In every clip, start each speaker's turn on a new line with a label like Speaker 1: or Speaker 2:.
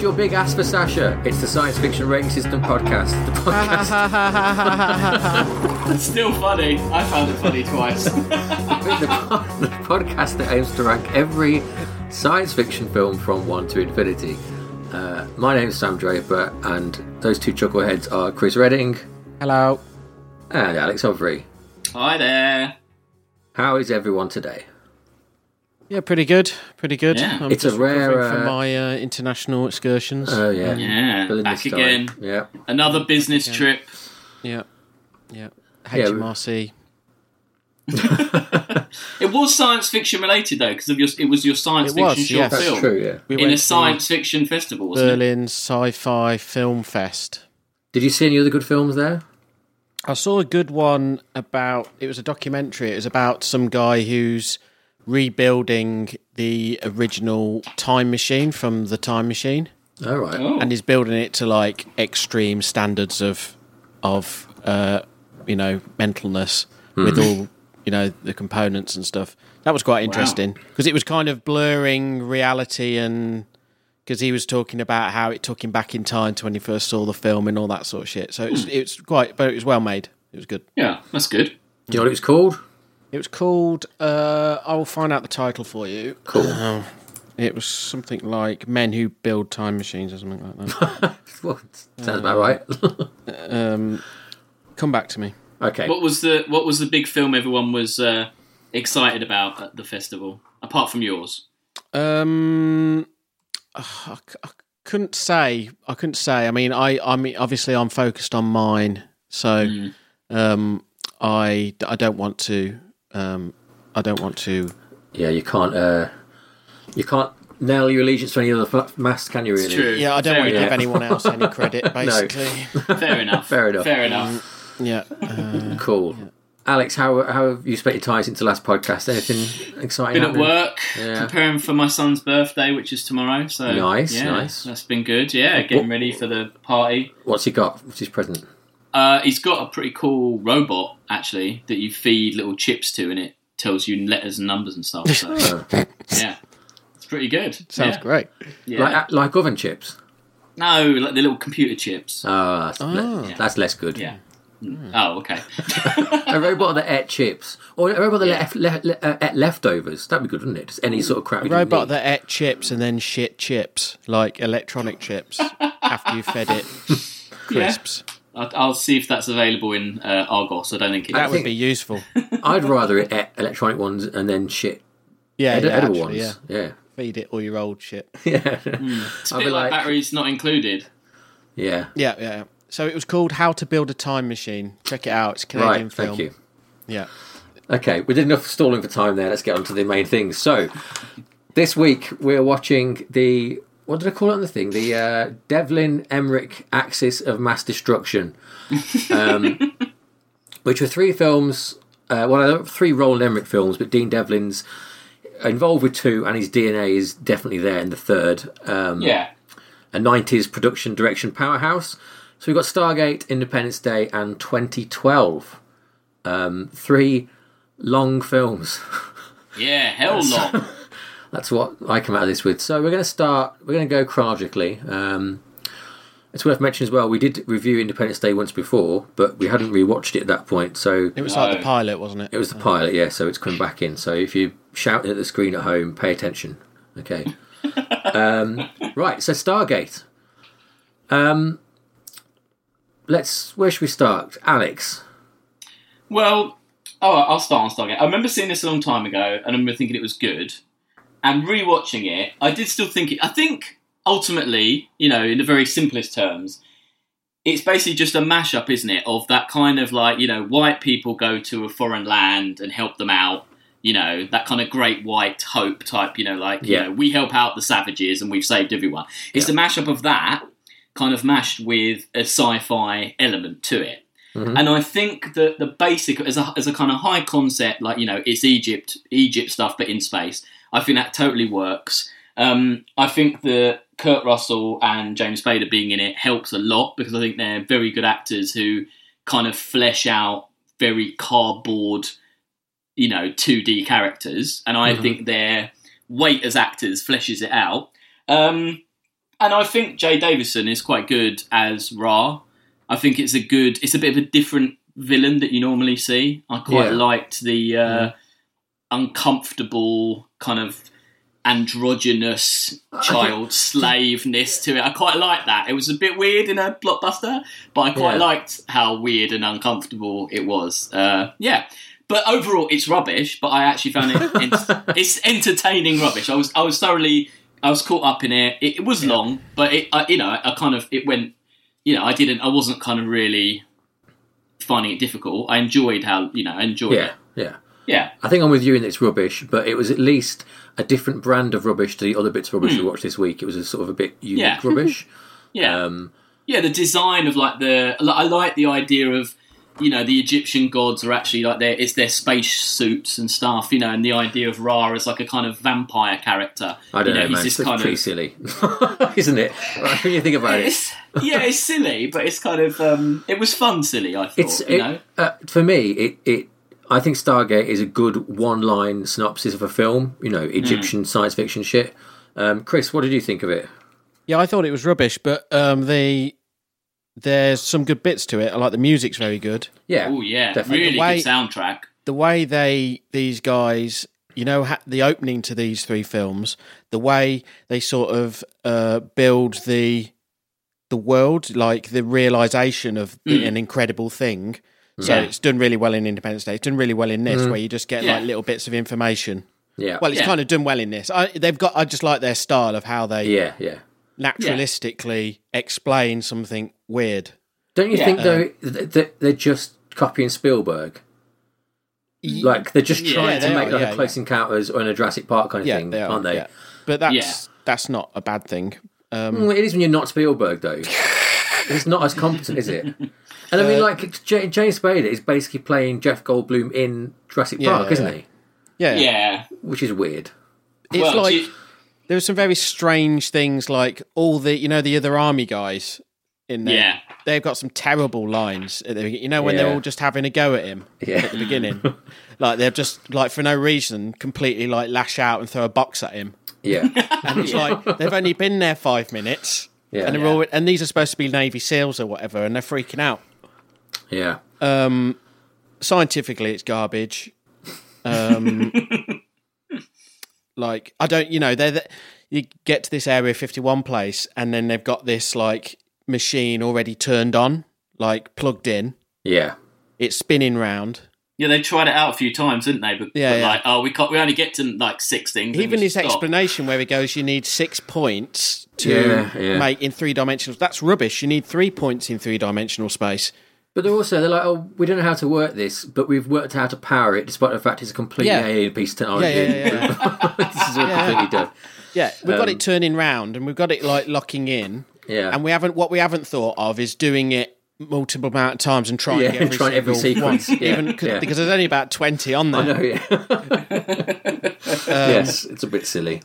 Speaker 1: your big ass for Sasha. It's the Science Fiction Rating System podcast. The podcast,
Speaker 2: It's still funny. I found it funny twice.
Speaker 1: the, pod- the podcast that aims to rank every science fiction film from one to infinity. Uh, my name's Sam Draper, and those two chuckleheads are Chris Redding
Speaker 3: Hello.
Speaker 1: and Alex Overy.
Speaker 2: Hi there.
Speaker 1: How is everyone today?
Speaker 3: Yeah, pretty good. Pretty good.
Speaker 2: Yeah.
Speaker 3: I'm
Speaker 1: It's a
Speaker 3: just recovering
Speaker 1: rare,
Speaker 3: from
Speaker 1: uh,
Speaker 3: my uh, international excursions.
Speaker 1: Oh yeah,
Speaker 2: Yeah,
Speaker 1: Bill in
Speaker 2: back
Speaker 1: this
Speaker 2: again.
Speaker 1: time. Yeah,
Speaker 2: Another business trip.
Speaker 3: yeah. Yeah.
Speaker 1: Yeah,
Speaker 3: HMRC.
Speaker 2: It was science fiction related though, because of your it was your science
Speaker 3: It
Speaker 2: fiction
Speaker 3: was,
Speaker 2: short
Speaker 3: yeah.
Speaker 1: that's
Speaker 2: film
Speaker 1: true. Yeah.
Speaker 3: We
Speaker 2: in a
Speaker 3: to
Speaker 2: science fiction festival, wasn't it?
Speaker 3: Berlin Sci-Fi Film Fest.
Speaker 1: Did you see any other good films there?
Speaker 3: I saw a good one about. It was a documentary. It was about some guy who's rebuilding the original time machine from the time machine,
Speaker 1: All right.
Speaker 2: Oh,
Speaker 3: and he's building it to like extreme standards of, of, uh, you know, mentalness with all you know the components and stuff. That was quite interesting because it was kind of blurring reality and. Because he was talking about how it took him back in time to when he first saw the film and all that sort of shit. So it's it's quite, but it was well made. It was good.
Speaker 2: yeah, that's good.
Speaker 1: Do you know what it was called?
Speaker 3: It was called. Uh, I will find out the title for you.
Speaker 1: Cool.
Speaker 3: It was something like "Men Who Build Time Machines" or something like that.
Speaker 1: Well, sounds about right.
Speaker 3: Um, Come back to me.
Speaker 1: okay.
Speaker 2: What was the what was the big film everyone was uh, excited about at the festival, apart from yours?
Speaker 3: Um, I, c- I couldn't say. I couldn't say. I mean, I. I mean, obviously, I'm focused on mine, so
Speaker 2: Mm.
Speaker 3: um, I. I don't want to. Um, I don't want to.
Speaker 1: Yeah, you can't. Uh, you can't nail your allegiance to any other f- mast, can you? Really?
Speaker 2: It's true.
Speaker 3: Yeah, I don't
Speaker 2: Fair
Speaker 3: want to
Speaker 2: enough.
Speaker 3: give anyone else any credit. Basically,
Speaker 2: Fair enough.
Speaker 1: Fair enough.
Speaker 2: Fair
Speaker 3: Mm,
Speaker 2: enough.
Speaker 3: yeah. Uh,
Speaker 1: Cool. Alex, how how have you spent your time since the last podcast? Anything exciting?
Speaker 2: Been at
Speaker 1: happening?
Speaker 2: work,
Speaker 1: Yeah.
Speaker 2: preparing for my son's birthday, which is tomorrow. So
Speaker 1: Nice,
Speaker 2: yeah,
Speaker 1: nice.
Speaker 2: That's been good. Yeah, getting ready for the party.
Speaker 1: What's he got? What's his present?
Speaker 2: Uh, he's got a pretty cool robot actually that you feed little chips to, and it tells you letters and numbers and stuff. So,
Speaker 1: Oh.
Speaker 2: yeah, it's pretty good.
Speaker 3: sounds
Speaker 2: yeah.
Speaker 3: great.
Speaker 2: Yeah.
Speaker 1: Like uh, like oven chips?
Speaker 2: no, like the little computer chips.
Speaker 1: Oh, that's, le-
Speaker 3: Yeah.
Speaker 1: that's less good.
Speaker 2: yeah. Oh, okay.
Speaker 1: A robot that ate chips, or a robot that left, left, le- uh, ate leftovers. That'd be good, wouldn't it? Just any sort of crap. you didn't
Speaker 3: Robot
Speaker 1: need.
Speaker 3: that ate chips and then shit chips, like electronic chips, after you fed it crisps.
Speaker 2: I'll, I'll see if that's available in uh, Argos. I don't think it
Speaker 3: That
Speaker 2: is.
Speaker 3: would be useful.
Speaker 1: I'd rather it ate electronic ones and then shit
Speaker 3: Yeah,
Speaker 1: ed-
Speaker 3: yeah,
Speaker 1: edible
Speaker 3: actually, yeah.
Speaker 1: ones. Yeah.
Speaker 3: Feed it all your old shit.
Speaker 1: Yeah.
Speaker 2: It's a
Speaker 1: I'll
Speaker 2: bit
Speaker 1: be like-
Speaker 2: like, batteries not included.
Speaker 1: yeah.
Speaker 3: Yeah, yeah. yeah. So it was called How to Build a Time Machine. Check it out. It's a
Speaker 1: Right.
Speaker 3: Canadian
Speaker 1: Thank
Speaker 3: film.
Speaker 1: you.
Speaker 3: Yeah.
Speaker 1: Okay, we did enough stalling for time there. Let's get on to the main thing. So, this week we're watching the what did I call it on the thing? The uh, Devlin Emmerich Axis of Mass Destruction, um, which were three films. Uh, well, three Roland Emmerich films, but Dean Devlin's involved with two, and his DNA is definitely there in the third. Um,
Speaker 2: Yeah.
Speaker 1: a 90s production direction powerhouse. So we've got Stargate, Independence Day, and 2012. Um, three long films.
Speaker 2: Yeah, hell long.
Speaker 1: That's what I come out of this with. So we're going to start, we're going to go chronologically. Um, it's worth mentioning as well, we did review Independence Day once before, but we hadn't rewatched it at that point. So
Speaker 3: It was
Speaker 2: No.
Speaker 3: like the pilot, wasn't it?
Speaker 1: it was
Speaker 2: Oh.
Speaker 1: the pilot, yeah, so it's coming back in. So if you're shouting at the screen at home, pay attention. Okay. um, right, so Stargate. Um, let's. Where should we start? Alex.
Speaker 2: Well, oh, I'll start on Stargate. I remember seeing this a long time ago, and I remember thinking it was good. And rewatching it, I did still think it. I think ultimately, you know, in the very simplest terms, it's basically just a mashup, isn't it, of that kind of like you know, white people go to a foreign land and help them out. You know that kind of great white hope type. You know, like
Speaker 1: Yeah.
Speaker 2: you know, we help out the savages and we've saved everyone. It's
Speaker 1: Yeah.
Speaker 2: a mashup of that, kind of mashed with a sci-fi element to it. And I think that the basic, as a, as a kind of high concept, like, you know, it's Egypt, Egypt stuff, but in space, I think that totally works. Um, I think that Kurt Russell and James Spader being in it helps a lot because I think they're very good actors who kind of flesh out very cardboard, you know, 2D characters. And I
Speaker 1: Mhm.
Speaker 2: think their weight as actors fleshes it out. Um, and I think Jay Davison is quite good as Ra. I think it's a good, it's a bit of a different villain that you normally see. I quite
Speaker 1: Yeah.
Speaker 2: liked the uh, uncomfortable kind of androgynous child slaveness to it. I quite liked that. It was a bit weird in a blockbuster, but I quite
Speaker 1: Yeah.
Speaker 2: liked how weird and uncomfortable it was. Uh, yeah. But overall, it's rubbish. But I actually found it ent- it's entertaining rubbish. I was I was thoroughly I was caught up in it. It, it was long, but it I, you know I kind of it went. You know, I didn't. I wasn't kind of really finding it difficult. I enjoyed how you know I enjoyed
Speaker 1: Yeah,
Speaker 2: it.
Speaker 1: yeah.
Speaker 2: Yeah,
Speaker 1: I think I'm with you in it's rubbish, but it was at least a different brand of rubbish to the other bits of rubbish we watched this week. It was a sort of a bit unique
Speaker 2: Hmm. Yeah.
Speaker 1: rubbish.
Speaker 2: yeah.
Speaker 1: Um,
Speaker 2: Yeah, the design of like the like, I like the idea of you know the Egyptian gods are actually like their it's their space suits and stuff, you know, and the idea of Ra as like a kind of vampire character.
Speaker 1: I don't
Speaker 2: you
Speaker 1: know,
Speaker 2: he's
Speaker 1: man. It's
Speaker 2: just
Speaker 1: pretty
Speaker 2: kind of
Speaker 1: silly, isn't it? Like, when you think about it,
Speaker 2: it's, yeah, it's silly, but it's kind of um, it was fun silly. I thought,
Speaker 1: it's
Speaker 2: you
Speaker 1: it-
Speaker 2: know,
Speaker 1: uh, for me. It it I think Stargate is a good one-line synopsis of a film. You know, Egyptian science fiction shit. Um, Chris, what did you think of it?
Speaker 3: Yeah, I thought it was rubbish, but um, the there's some good bits to it. I like the music's very good.
Speaker 1: Yeah.
Speaker 2: oh yeah,
Speaker 1: definitely.
Speaker 2: really
Speaker 3: The way-
Speaker 2: good soundtrack.
Speaker 3: The way they these guys, you know, ha- the opening to these three films, the way they sort of uh, build the the world, like the realization of
Speaker 2: Mm.
Speaker 3: the- an incredible thing. So
Speaker 2: Yeah.
Speaker 3: it's done really well in Independence Day. It's done really well in this, where you just get
Speaker 2: Mm. Yeah.
Speaker 3: like little bits of information.
Speaker 1: Yeah.
Speaker 3: Well, it's
Speaker 2: Yeah.
Speaker 3: kind of done well in this. I, they've got. I just like their style of how they
Speaker 1: yeah, yeah.
Speaker 3: naturalistically explain something weird.
Speaker 1: Don't you
Speaker 2: Yeah.
Speaker 1: think though th- th- they're just copying Spielberg? Like they're just
Speaker 2: Yeah,
Speaker 1: trying to
Speaker 3: they
Speaker 1: make
Speaker 3: are,
Speaker 1: like
Speaker 3: yeah,
Speaker 1: a Close Encounters or an a Jurassic Park kind of
Speaker 3: Yeah,
Speaker 1: thing,
Speaker 3: they are,
Speaker 1: not they?
Speaker 3: yeah. But that's that's not a bad thing. Um,
Speaker 1: Mm, It is when you're not Spielberg though. it's not as competent, is it? And I mean, like J- James Spader is basically playing Jeff Goldblum in Jurassic
Speaker 3: Yeah,
Speaker 1: Park,
Speaker 3: yeah,
Speaker 1: isn't
Speaker 3: yeah.
Speaker 1: he?
Speaker 3: yeah,
Speaker 2: Yeah,
Speaker 1: Which is weird.
Speaker 3: it's
Speaker 2: well,
Speaker 3: like
Speaker 2: do you-
Speaker 3: there were some very strange things, like all the you know the other army guys in there.
Speaker 2: Yeah.
Speaker 3: They've got some terrible lines. At the, you know when
Speaker 1: Yeah.
Speaker 3: they're all just having a go at him
Speaker 1: Yeah.
Speaker 3: at the beginning, like they're just like for no reason completely like lash out and throw a box at him.
Speaker 1: Yeah,
Speaker 3: And it's like they've only been there five minutes.
Speaker 1: Yeah.
Speaker 3: and they're all and these are supposed to be Navy SEALs or whatever, and they're freaking out. Um,
Speaker 1: yeah.
Speaker 3: Scientifically, it's garbage. Um, like I don't, you know, they're the, you get to this Area Fifty One place, and then they've got this like machine already turned on, like plugged in.
Speaker 1: Yeah.
Speaker 3: It's spinning round.
Speaker 2: yeah, they tried it out a few times, didn't they? But,
Speaker 3: Yeah,
Speaker 2: but
Speaker 3: yeah.
Speaker 2: like, oh, we can't, we only get to like six things. then
Speaker 3: Even
Speaker 2: we
Speaker 3: his
Speaker 2: stop.
Speaker 3: explanation where he goes, you need six points to
Speaker 1: Yeah, yeah.
Speaker 3: make in three dimensional. That's rubbish. You need three points in three dimensional space.
Speaker 1: But they're also they're like, oh, we don't know how to work this, but we've worked out how to power it, despite the fact it's a completely
Speaker 3: Yeah.
Speaker 1: alien piece of
Speaker 3: Yeah,
Speaker 1: technology.
Speaker 3: yeah, yeah. yeah.
Speaker 1: this is all completely done.
Speaker 3: Yeah, we've got it turning round and we've got it like locking in.
Speaker 1: Um, Yeah.
Speaker 3: And we haven't what we haven't thought of is doing it multiple amount of times and trying
Speaker 1: Yeah,
Speaker 3: every,
Speaker 1: trying every
Speaker 3: single one,
Speaker 1: sequence. Yeah,
Speaker 3: even 'cause-
Speaker 1: yeah.
Speaker 3: because there's only about 20 on there.
Speaker 1: No, yeah.
Speaker 3: Um,
Speaker 1: yes, it's a bit silly.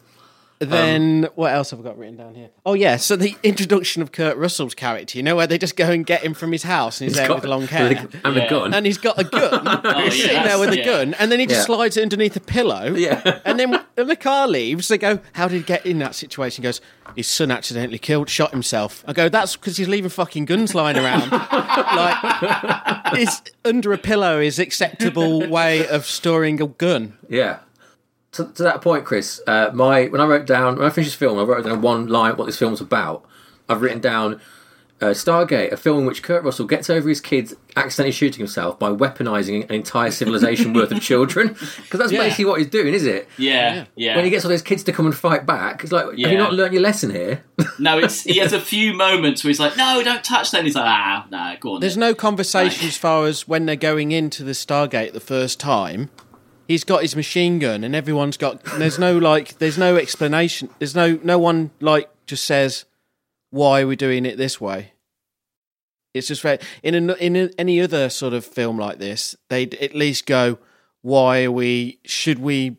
Speaker 3: Then
Speaker 1: Um,
Speaker 3: what else have I got written down here? Oh yeah, so the introduction of Kurt Russell's character, you know where they just go and get him from his house and he's, there
Speaker 1: Got-
Speaker 3: with long hair.
Speaker 1: and
Speaker 2: Yeah.
Speaker 1: a gun.
Speaker 3: and he's got a gun.
Speaker 2: yeah,
Speaker 3: he's sitting
Speaker 2: that's-
Speaker 3: there with a
Speaker 2: yeah.
Speaker 3: gun, and then he just
Speaker 1: Yeah.
Speaker 3: slides it underneath a pillow.
Speaker 1: Yeah.
Speaker 3: and then when the car leaves, they go, "How did he get in that situation?" He goes, "His son accidentally killed, shot himself." I go, "That's because he's leaving fucking guns lying around." like, it's under a pillow is acceptable way of storing a gun.
Speaker 1: Yeah. To, to that point, Chris, uh, my when I wrote down when I finished this film, I wrote down one line what this film's about. I've written down uh, Stargate, a film in which Kurt Russell gets over his kids accidentally shooting himself by weaponizing an entire civilization worth of children. Because that's
Speaker 3: Yeah.
Speaker 1: basically what he's doing, is it?
Speaker 2: Yeah, yeah.
Speaker 1: When he gets all those kids to come and fight back, it's like, have
Speaker 2: Yeah.
Speaker 1: you not learnt your lesson here?
Speaker 2: no, it's he has a few moments where he's like, no, don't touch that. And he's like, ah, no, go on.
Speaker 3: There's
Speaker 2: then."
Speaker 3: no conversation as far as when they're going into the Stargate the first time. He's got his machine gun, and everyone's got. and There's no like. There's no explanation. There's no. No one like just says why we're doing it this way. It's just very in an, in a, any other sort of film like this, they'd at least go, "Why are we? Should we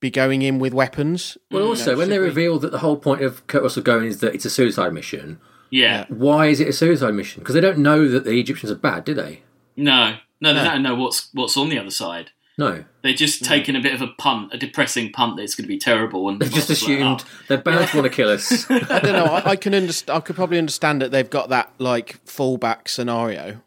Speaker 3: be going in with weapons?"
Speaker 1: Well, also, when they
Speaker 3: should we?
Speaker 1: reveal that the whole point of Kurt Russell going is that it's a suicide mission,
Speaker 2: yeah.
Speaker 1: why is it a suicide mission? Because they don't know that the Egyptians are bad, do they?
Speaker 2: No, no, they don't know what's what's on the other side.
Speaker 1: No,
Speaker 2: They're just taking a bit of a punt, a depressing punt that it's going to be terrible. And
Speaker 1: they've just
Speaker 2: like,
Speaker 1: assumed
Speaker 2: oh,
Speaker 1: they're bound to want to kill us.
Speaker 3: I don't know. I, I can understand. I could probably understand that they've got that like fallback scenario,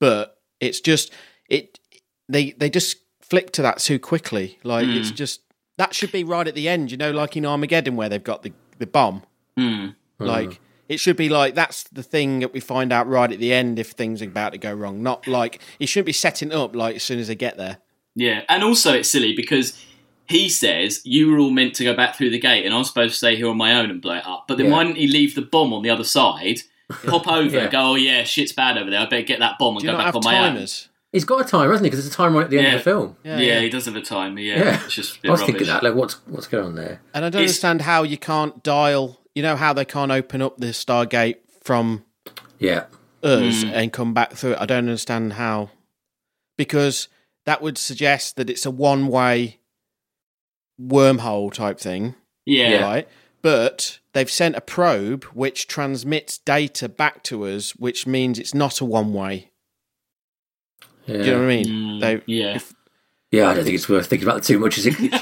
Speaker 3: but it's just it. They they just flick to that too quickly. Like it's
Speaker 2: Hmm.
Speaker 3: just that should be right at the end. You know, like in Armageddon where they've got the the bomb.
Speaker 2: Hmm.
Speaker 3: Like it should be like that's the thing that we find out right at the end if things are about to go wrong. Not like it shouldn't be setting up like as soon as they get there.
Speaker 2: Yeah, and also it's silly because he says you were all meant to go back through the gate, and I'm supposed to stay here on my own and blow it up. But then
Speaker 1: Yeah.
Speaker 2: why didn't he leave the bomb on the other side? Pop over,
Speaker 1: Yeah.
Speaker 2: and go. Oh yeah, shit's bad over there. I better get that bomb and
Speaker 3: Do you
Speaker 2: go
Speaker 3: not
Speaker 2: back
Speaker 3: have
Speaker 2: on my
Speaker 3: timers?
Speaker 1: He's got a timer, hasn't he? Because there's a timer right at the end
Speaker 2: Yeah.
Speaker 1: of the film.
Speaker 2: own. Yeah, he does have a timer. Yeah,
Speaker 1: Yeah.
Speaker 2: it's just
Speaker 1: I
Speaker 2: a bit
Speaker 1: was
Speaker 2: rubbish.
Speaker 1: thinking that. Like, what's what's going on there?
Speaker 3: And I don't
Speaker 2: It's-
Speaker 3: understand how you can't dial. You know how they can't open up the Stargate from
Speaker 1: Yeah,
Speaker 3: us
Speaker 2: Mm.
Speaker 3: and come back through it. I don't understand how, because that would suggest that it's a one-way wormhole type thing,
Speaker 2: Yeah, yeah,
Speaker 3: right? But they've sent a probe which transmits data back to us, which means it's not a one-way.
Speaker 1: yeah.
Speaker 3: Do you know what I mean?
Speaker 2: Mm,
Speaker 3: They,
Speaker 2: yeah.
Speaker 1: Yeah, I don't think it's worth thinking about it too much. Is it?
Speaker 3: And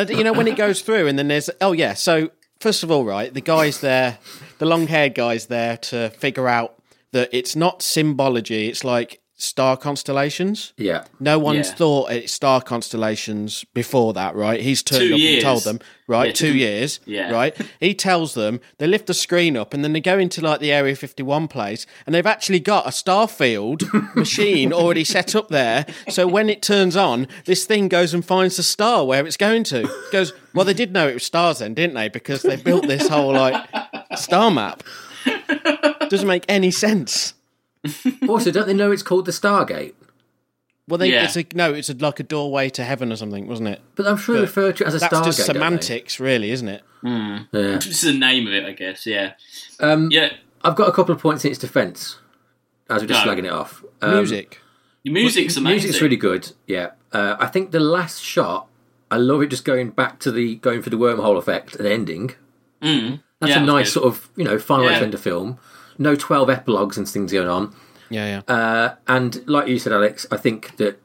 Speaker 3: I d you know when it goes through, and then there's oh yeah. So first of all, right, the guy's there, the long-haired guy's there to figure out that it's not symbology; it's like star constellations.
Speaker 1: yeah,
Speaker 3: No one's
Speaker 2: Yeah.
Speaker 3: thought it's star constellations before that, right? He's turned
Speaker 2: Two
Speaker 3: up
Speaker 2: years.
Speaker 3: and told them, right?
Speaker 2: Yeah,
Speaker 3: two,
Speaker 2: two-
Speaker 3: years,
Speaker 2: yeah.
Speaker 3: right? He tells them they lift the screen up, and then they go into like the Area 51 place, and they've actually got a starfield machine already set up there. So when it turns on, this thing goes and finds the star where it's going to. It goes well. They did know it was stars then, didn't they? Because they built this whole like star map. Doesn't make any sense.
Speaker 1: also, don't they know it's called the Stargate?
Speaker 3: Well, they,
Speaker 2: Yeah.
Speaker 3: it's a no. It's a, like a doorway to heaven or something, wasn't it?
Speaker 1: But I'm sure they refer to it as a
Speaker 3: That's
Speaker 1: Stargate.
Speaker 3: just
Speaker 1: don't they?
Speaker 3: semantics, really, isn't it?
Speaker 1: Yeah.
Speaker 2: This is the name of it, I guess. Yeah,
Speaker 1: Um,
Speaker 2: yeah.
Speaker 1: I've got a couple of points in its defence as we're just
Speaker 2: No.
Speaker 1: slagging it off. Um,
Speaker 3: Music.
Speaker 2: The music's amazing.
Speaker 1: Music's really good. Yeah, uh, I think the last shot. I love it just going back to the going for the wormhole effect and ending. That's
Speaker 2: Mm. Yeah,
Speaker 1: a
Speaker 2: that's
Speaker 1: nice
Speaker 2: good.
Speaker 1: sort of you know final
Speaker 2: Yeah.
Speaker 1: agenda film. No twelve epilogues and things going on.
Speaker 3: Yeah, yeah.
Speaker 1: Uh, and like you said, Alex, I think that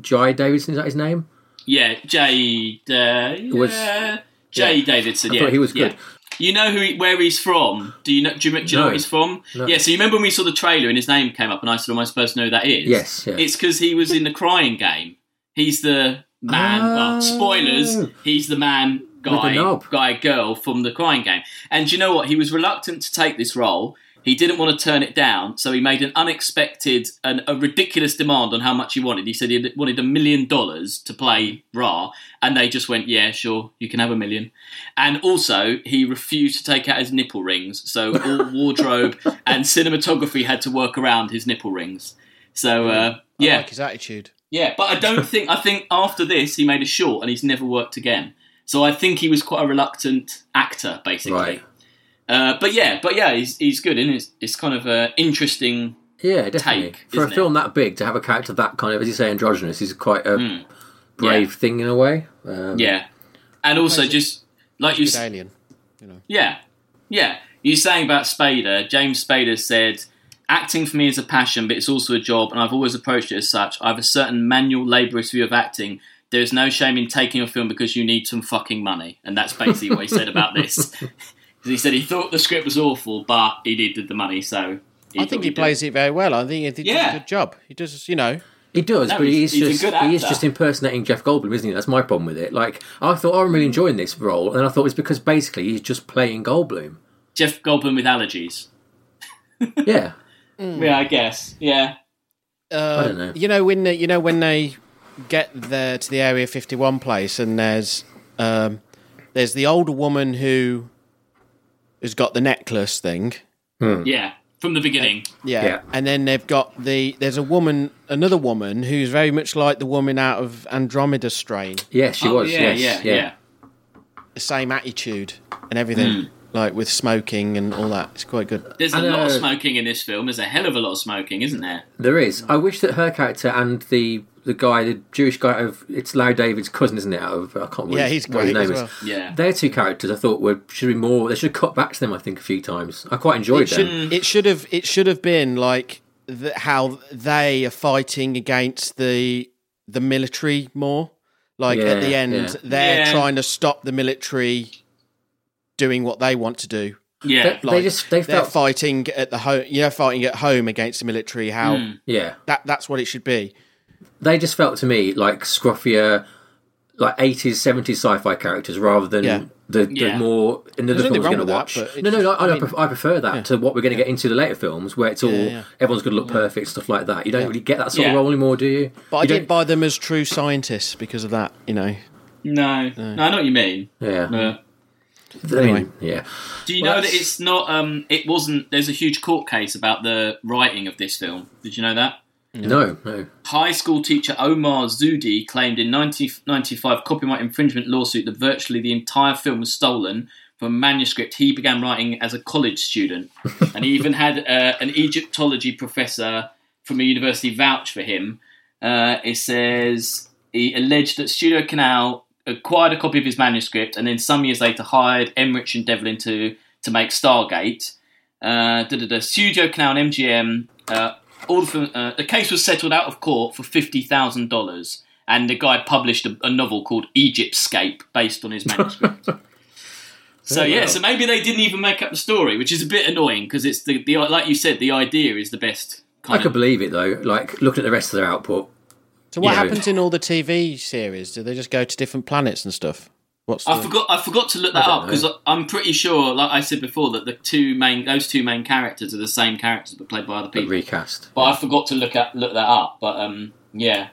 Speaker 1: Jai Davidson is that his name?
Speaker 2: Yeah, Jay. Uh,
Speaker 1: was-
Speaker 2: yeah, Jay Davidson. yeah,
Speaker 1: thought he was good.
Speaker 2: yeah. You know who he, where he's from? Do you know? Do you, do you know
Speaker 1: No.
Speaker 2: where he's from? Yeah. So you remember when we saw the trailer and his name came up, and I said, "Am I supposed to know who that is?"
Speaker 1: Yes, yeah.
Speaker 2: It's because he was in the Crying Game. He's the man.
Speaker 1: Oh.
Speaker 2: Well, spoilers. He's the man guy
Speaker 1: knob.
Speaker 2: guy girl from the Crying Game. And do you know what? He was reluctant to take this role. He didn't want to turn it down, so he made an unexpected and a ridiculous demand on how much he wanted. He said he wanted a million dollars to play Ra, and they just went, "Yeah, sure, you can have a million. And also, he refused to take out his nipple rings, so all wardrobe and cinematography had to work around his nipple rings. So uh,
Speaker 3: I
Speaker 2: yeah,
Speaker 3: like his attitude.
Speaker 2: yeah, but I don't think I think after this he made a short and he's never worked again. So I think he was quite a reluctant actor, basically.
Speaker 1: Right.
Speaker 2: Uh, but yeah, but yeah, he's he's good and it's it's kind of a interesting.
Speaker 1: Yeah, definitely.
Speaker 2: take,
Speaker 1: For a
Speaker 2: isn't it?
Speaker 1: film that big to have a character that kind of, as you say, androgynous is quite a
Speaker 2: Mm,
Speaker 1: brave thing in a way. Um,
Speaker 2: Yeah, and also just like you
Speaker 3: Good
Speaker 2: s-
Speaker 3: alien.
Speaker 2: Yeah, yeah. You're saying about Spader. James Spader said, "Acting for me is a passion, but it's also a job, and I've always approached it as such. I have a certain manual labourer's view of acting. There is no shame in taking a film because you need some fucking money." And that's basically what he said about this. 'Cause he said he thought the script was awful, but he needed the money, so.
Speaker 3: I think
Speaker 2: thought
Speaker 3: he
Speaker 2: he'd do
Speaker 3: plays it very well. I think he did
Speaker 2: Yeah.
Speaker 3: a good job. He does, you know.
Speaker 1: He does,
Speaker 2: No,
Speaker 1: but
Speaker 2: he's-
Speaker 1: he's,
Speaker 2: he's a
Speaker 1: just
Speaker 2: good
Speaker 1: he is
Speaker 2: actor.
Speaker 1: just impersonating Jeff Goldblum, isn't he? That's my problem with it. Like I thought, oh, I'm really enjoying this role, and I thought it's because basically he's just playing Goldblum.
Speaker 2: it. Jeff Goldblum with allergies.
Speaker 1: Yeah, Hmm.
Speaker 2: Yeah, I guess. Yeah,
Speaker 3: Uh,
Speaker 1: don't know.
Speaker 3: You know when they, you know when they get there to the Area 51 place, and there's um, there's the older woman who has got the necklace thing.
Speaker 1: Hmm.
Speaker 2: yeah. From the beginning.
Speaker 3: Yeah.
Speaker 1: Yeah.
Speaker 3: And then they've got the there's a woman, another woman who's very much like the woman out of Andromeda Strain.
Speaker 1: yeah, she was.
Speaker 2: Oh, yeah,
Speaker 1: yes,
Speaker 2: yeah, yeah.
Speaker 3: The same attitude and everything,
Speaker 1: Hmm.
Speaker 3: like with smoking and all that. It's quite good.
Speaker 2: There's
Speaker 1: I
Speaker 2: a lot of
Speaker 1: know.
Speaker 2: smoking in this film. There's a hell of a lot of smoking, isn't there?
Speaker 1: There is. I wish that her character and the the guy, the Jewish guy out of it's Larry David's cousin, isn't it? Out of I can't remember
Speaker 3: Yeah,
Speaker 1: his-
Speaker 3: he's
Speaker 1: what his
Speaker 3: great as
Speaker 1: name is.
Speaker 3: well.
Speaker 2: Yeah.
Speaker 1: Their two characters, I thought, were should be more. They should have cut back to them. I think a few times. I quite enjoyed
Speaker 3: It should,
Speaker 1: them.
Speaker 3: it should have it should have been like the, how they are fighting against the the military more. Like
Speaker 1: Yeah,
Speaker 3: at the end,
Speaker 1: yeah.
Speaker 3: they're
Speaker 2: Yeah.
Speaker 3: trying to stop the military doing what they want to do.
Speaker 2: yeah,
Speaker 1: They just- they
Speaker 3: are
Speaker 1: felt-
Speaker 3: fighting at the home. You know, fighting at home against the military. How
Speaker 1: yeah.
Speaker 3: that that's what it should be.
Speaker 1: They just felt to me like scruffier, like eighties, seventies sci-fi characters rather than
Speaker 3: Yeah.
Speaker 1: the, the
Speaker 2: Yeah.
Speaker 1: more another
Speaker 3: There's
Speaker 1: film
Speaker 3: nothing
Speaker 1: we're
Speaker 3: wrong
Speaker 1: going to
Speaker 3: with that,
Speaker 1: watch.
Speaker 3: but
Speaker 1: no, no,
Speaker 3: it's-
Speaker 1: no I,
Speaker 3: I
Speaker 1: I
Speaker 3: mean-
Speaker 1: pref- I prefer that to what we're going to get into the later films where it's all
Speaker 3: yeah.
Speaker 1: everyone's going to look perfect, stuff like that. You don't really get that sort
Speaker 2: Yeah.
Speaker 1: of role anymore, do you?
Speaker 3: But I
Speaker 1: You
Speaker 3: didn't
Speaker 1: don't-
Speaker 3: buy them as true scientists because of that. You know,
Speaker 2: no, no, I know what you mean.
Speaker 1: Yeah.
Speaker 2: Uh,
Speaker 1: I mean,
Speaker 3: Anyway.
Speaker 1: yeah.
Speaker 2: do you
Speaker 3: Well,
Speaker 2: know that
Speaker 3: that's-
Speaker 2: it's not? Um, it wasn't. There's a huge court case about the writing of this film. Did you know that?
Speaker 1: No, no.
Speaker 2: High school teacher Omar Zudi claimed in 1995 copyright infringement lawsuit that virtually the entire film was stolen from a manuscript he began writing as a college student, and he even had uh, an Egyptology professor from a university vouch for him. Uh, it says he alleged that Studio Canal acquired a copy of his manuscript, and then some years later hired Emmerich and Devlin to to make Stargate. Uh, da, da, da, Studio Canal and MGM. Uh, all the, uh, the case was settled out of court for fifty thousand dollars, and the guy published a, a novel called Egyptscape based on his manuscript. so
Speaker 1: Oh,
Speaker 2: yeah,
Speaker 1: wow.
Speaker 2: so maybe they didn't even make up the story, which is a bit annoying because it's the, the like you said, the idea is the best.
Speaker 1: I
Speaker 2: Kind
Speaker 1: could
Speaker 2: of,
Speaker 1: believe it though. Like looking at the rest of their output,
Speaker 3: so what
Speaker 1: Yeah.
Speaker 3: happens in all the TV series? Do they just go to different planets and stuff? What's the,
Speaker 2: I forgot. I forgot to look that
Speaker 1: I don't
Speaker 2: up because I'm pretty sure, like I said before, that the two main those two main characters are the same characters but played by other
Speaker 1: but
Speaker 2: people.
Speaker 1: recast.
Speaker 2: But I forgot to look at look that up. But um, yeah,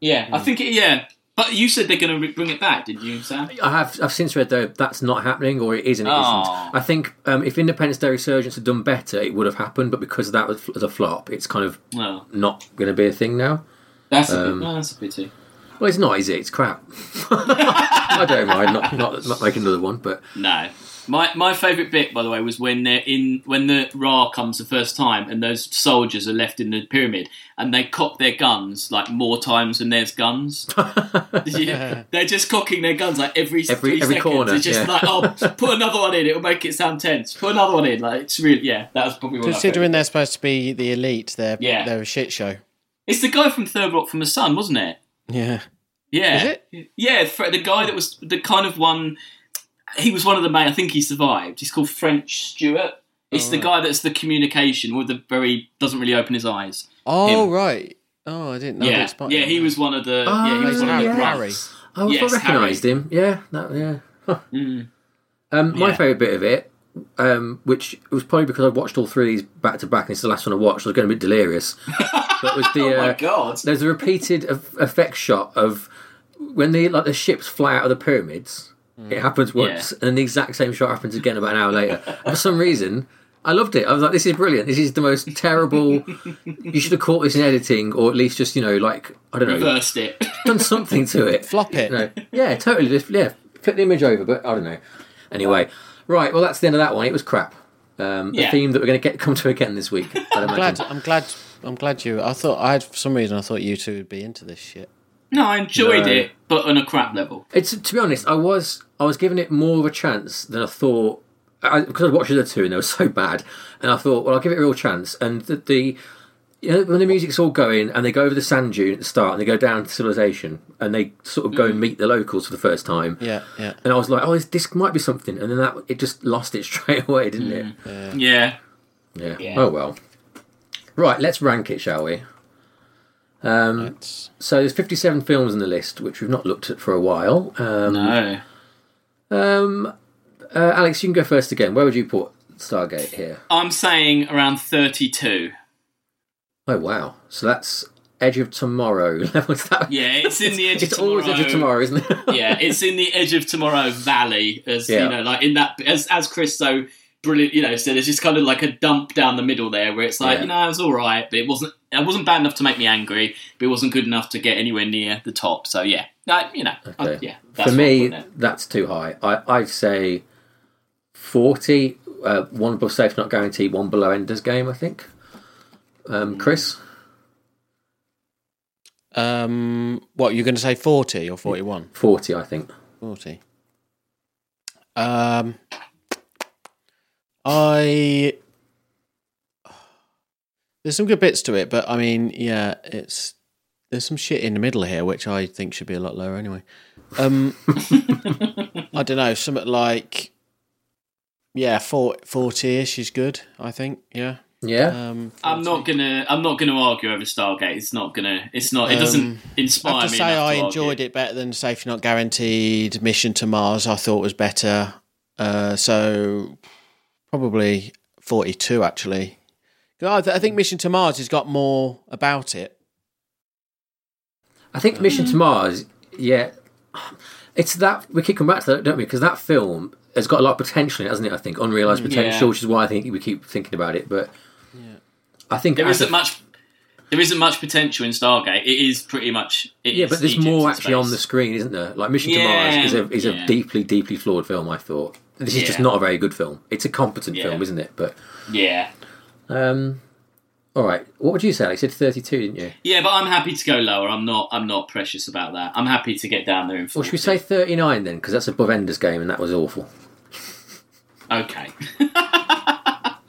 Speaker 2: yeah, I think it, yeah. Hmm. But you said they're going to bring it back, did you, Sam?
Speaker 1: I have I've since read though that's not happening or it is and it
Speaker 2: Oh.
Speaker 1: not I think um, if Independence Day Resurgence had done better, it would have happened. But because that was as a flop, it's kind of
Speaker 2: Well,
Speaker 1: not going to be a thing now.
Speaker 2: that's a
Speaker 1: Um,
Speaker 2: bit, well, that's a pity.
Speaker 1: Well, it's not, is it? It's crap. I don't mind not, not not making another one, but
Speaker 2: No, my my favourite bit, by the way, was when they're in when the Ra comes the first time, and those soldiers are left in the pyramid, and they cock their guns like more times than there's guns. Yeah, they're just cocking their guns like every
Speaker 1: Every-
Speaker 2: three
Speaker 1: every
Speaker 2: seconds.
Speaker 1: corner,
Speaker 2: It's just
Speaker 1: yeah.
Speaker 2: like, oh, put another one in. It'll make it sound tense. Put another one in. Like it's really yeah. That was probably one of my
Speaker 3: considering they're supposed to be the elite? They're
Speaker 2: Yeah.
Speaker 3: they're a shit show.
Speaker 2: It's the guy from Third Rock from the Sun, wasn't it?
Speaker 3: Yeah.
Speaker 2: Yeah.
Speaker 3: Is
Speaker 2: Yeah, Fre- the guy that was the kind of one. He was one of the main. I think he survived. He's called French Stewart. It's
Speaker 1: Oh.
Speaker 2: the guy that's the communication with the very doesn't really open his eyes.
Speaker 3: Oh
Speaker 2: Him.
Speaker 3: right. Oh, I didn't know.
Speaker 2: yeah,
Speaker 3: that spot-
Speaker 2: yeah, he was one of the.
Speaker 1: Oh,
Speaker 2: yeah, he was one of the
Speaker 1: yeah.
Speaker 2: grunts.
Speaker 3: Harry.
Speaker 1: oh,
Speaker 2: Yes, Mm.
Speaker 1: I recognised him. Yeah, that, yeah. Huh. Um, my
Speaker 2: Yeah.
Speaker 1: favourite bit of it, um, which was probably because I watched all three of these back to back, and it's the last one I watched. I was going a bit delirious. but was the
Speaker 2: Oh my
Speaker 1: uh,
Speaker 2: god!
Speaker 1: There's a repeated eff- effect shot of when the like the ships fly out of the pyramids. It happens once, and then the exact same shot happens again about an hour later. And for some reason, I loved it. I was like, "This is brilliant. This is the most terrible." you should have caught this in editing, or at least just you know, like I don't know,
Speaker 2: Reversed it.
Speaker 1: done something to it.
Speaker 3: Flop it.
Speaker 1: You know, yeah, totally. Just yeah, flip the image over, but I don't know. Anyway, right. Well, that's the end of that one. It was crap. Um,
Speaker 2: Yeah.
Speaker 1: The theme that we're going to get come to again this week. I'd imagine.
Speaker 3: Glad. I'm glad. I'm glad you. I thought I had for some reason I thought you two would be into this shit.
Speaker 2: no, I enjoyed
Speaker 1: No.
Speaker 2: it, but on a crap level.
Speaker 1: It's to be honest, I was I was giving it more of a chance than I thought I, because I watched the other two and they were so bad, and I thought, well, I'll give it a real chance. And the, the you know, when the music's all going and they go over the sand dune at the start and they go down to civilization and they sort of go and meet the locals for the first time.
Speaker 3: Yeah, yeah.
Speaker 1: And I was like, oh, this, this might be something, and then that it just lost it straight away, didn't
Speaker 2: Yeah,
Speaker 1: it? Yeah.
Speaker 2: Yeah.
Speaker 1: Oh well. Right, let's rank it, shall we?
Speaker 3: That's-
Speaker 1: So there's 57 films in the list, which we've not looked at for a while. Um,
Speaker 2: no.
Speaker 1: Um, uh, Alex, you can go first again. Where would you put Stargate here?
Speaker 2: I'm saying around thirty-two.
Speaker 1: Oh wow! So that's Edge of Tomorrow level. Is that-
Speaker 2: Yeah, it's in the edge
Speaker 1: It's
Speaker 2: of tomorrow.
Speaker 1: always Edge of Tomorrow, isn't it?
Speaker 2: yeah, it's in the edge of tomorrow valley, as
Speaker 1: Yeah.
Speaker 2: you know, like in that as as Chris so brilliant, you know, said it's just kind of like a dump down the middle there, where it's like,
Speaker 1: Yeah.
Speaker 2: you know, it was all right, but it wasn't it wasn't bad enough to make me angry, but it wasn't good enough to get anywhere near the top. So yeah, I, you know, I-
Speaker 1: Okay.
Speaker 2: yeah.
Speaker 1: For
Speaker 2: what I
Speaker 1: me,
Speaker 2: put there.
Speaker 1: that's too high. I I'd say forty. Uh, one above safe, not guaranteed. One below Ender's Game, I think.
Speaker 2: Hmm.
Speaker 1: Um, Chris,
Speaker 3: Um, what you're going to say? Forty or forty-one?
Speaker 1: forty, I think.
Speaker 3: Forty. Um, I. There's some good bits to it, but I mean, yeah, it's there's some shit in the middle here which I think should be a lot lower anyway. Um, I don't know, something like yeah, 40 ish is good. I think yeah.
Speaker 1: Yeah.
Speaker 3: Um,
Speaker 2: I'm not gonna. I'm not gonna argue over Stargate. It's not gonna. It's not. It doesn't
Speaker 3: Um, I
Speaker 2: inspire
Speaker 3: have to
Speaker 2: me.
Speaker 3: say
Speaker 2: enough
Speaker 3: I
Speaker 2: to
Speaker 3: enjoyed
Speaker 2: argue.
Speaker 3: it better than Safety Not Guaranteed. Mission to Mars I thought was better. Uh, so probably 42 actually. 'Cause I, th- I think Mission to Mars has got more about it.
Speaker 1: I think Mission to Mars, yeah, it's that we keep coming back to that, don't we? Because that film has got a lot of potential in it, hasn't it? I think unrealized potential,
Speaker 2: Mm, Yeah.
Speaker 1: which is why I think we keep thinking about it. But I think
Speaker 2: There
Speaker 1: as
Speaker 2: isn't
Speaker 1: a-
Speaker 2: much. There isn't much potential in Stargate. It is pretty much. It
Speaker 1: Yeah,
Speaker 2: is
Speaker 1: but there's
Speaker 2: Egypt
Speaker 1: more
Speaker 2: in
Speaker 1: actually on the
Speaker 2: space.
Speaker 1: screen, isn't there? Like Mission to
Speaker 2: Yeah,
Speaker 1: Mars is a is a
Speaker 2: yeah.
Speaker 1: deeply deeply flawed film. I thought this is just
Speaker 2: Yeah.
Speaker 1: not a very good film. It's a competent
Speaker 2: Yeah.
Speaker 1: film, isn't it? But
Speaker 2: Yeah,
Speaker 1: um, all right, what would you say? Alex? You said thirty two, didn't you?
Speaker 2: yeah, but I'm happy to go lower. I'm not. I'm not precious about that. I'm happy to get down there in. 40.
Speaker 1: Or should we say thirty nine then? Because that's above Ender's Game, and that was awful.
Speaker 2: Okay.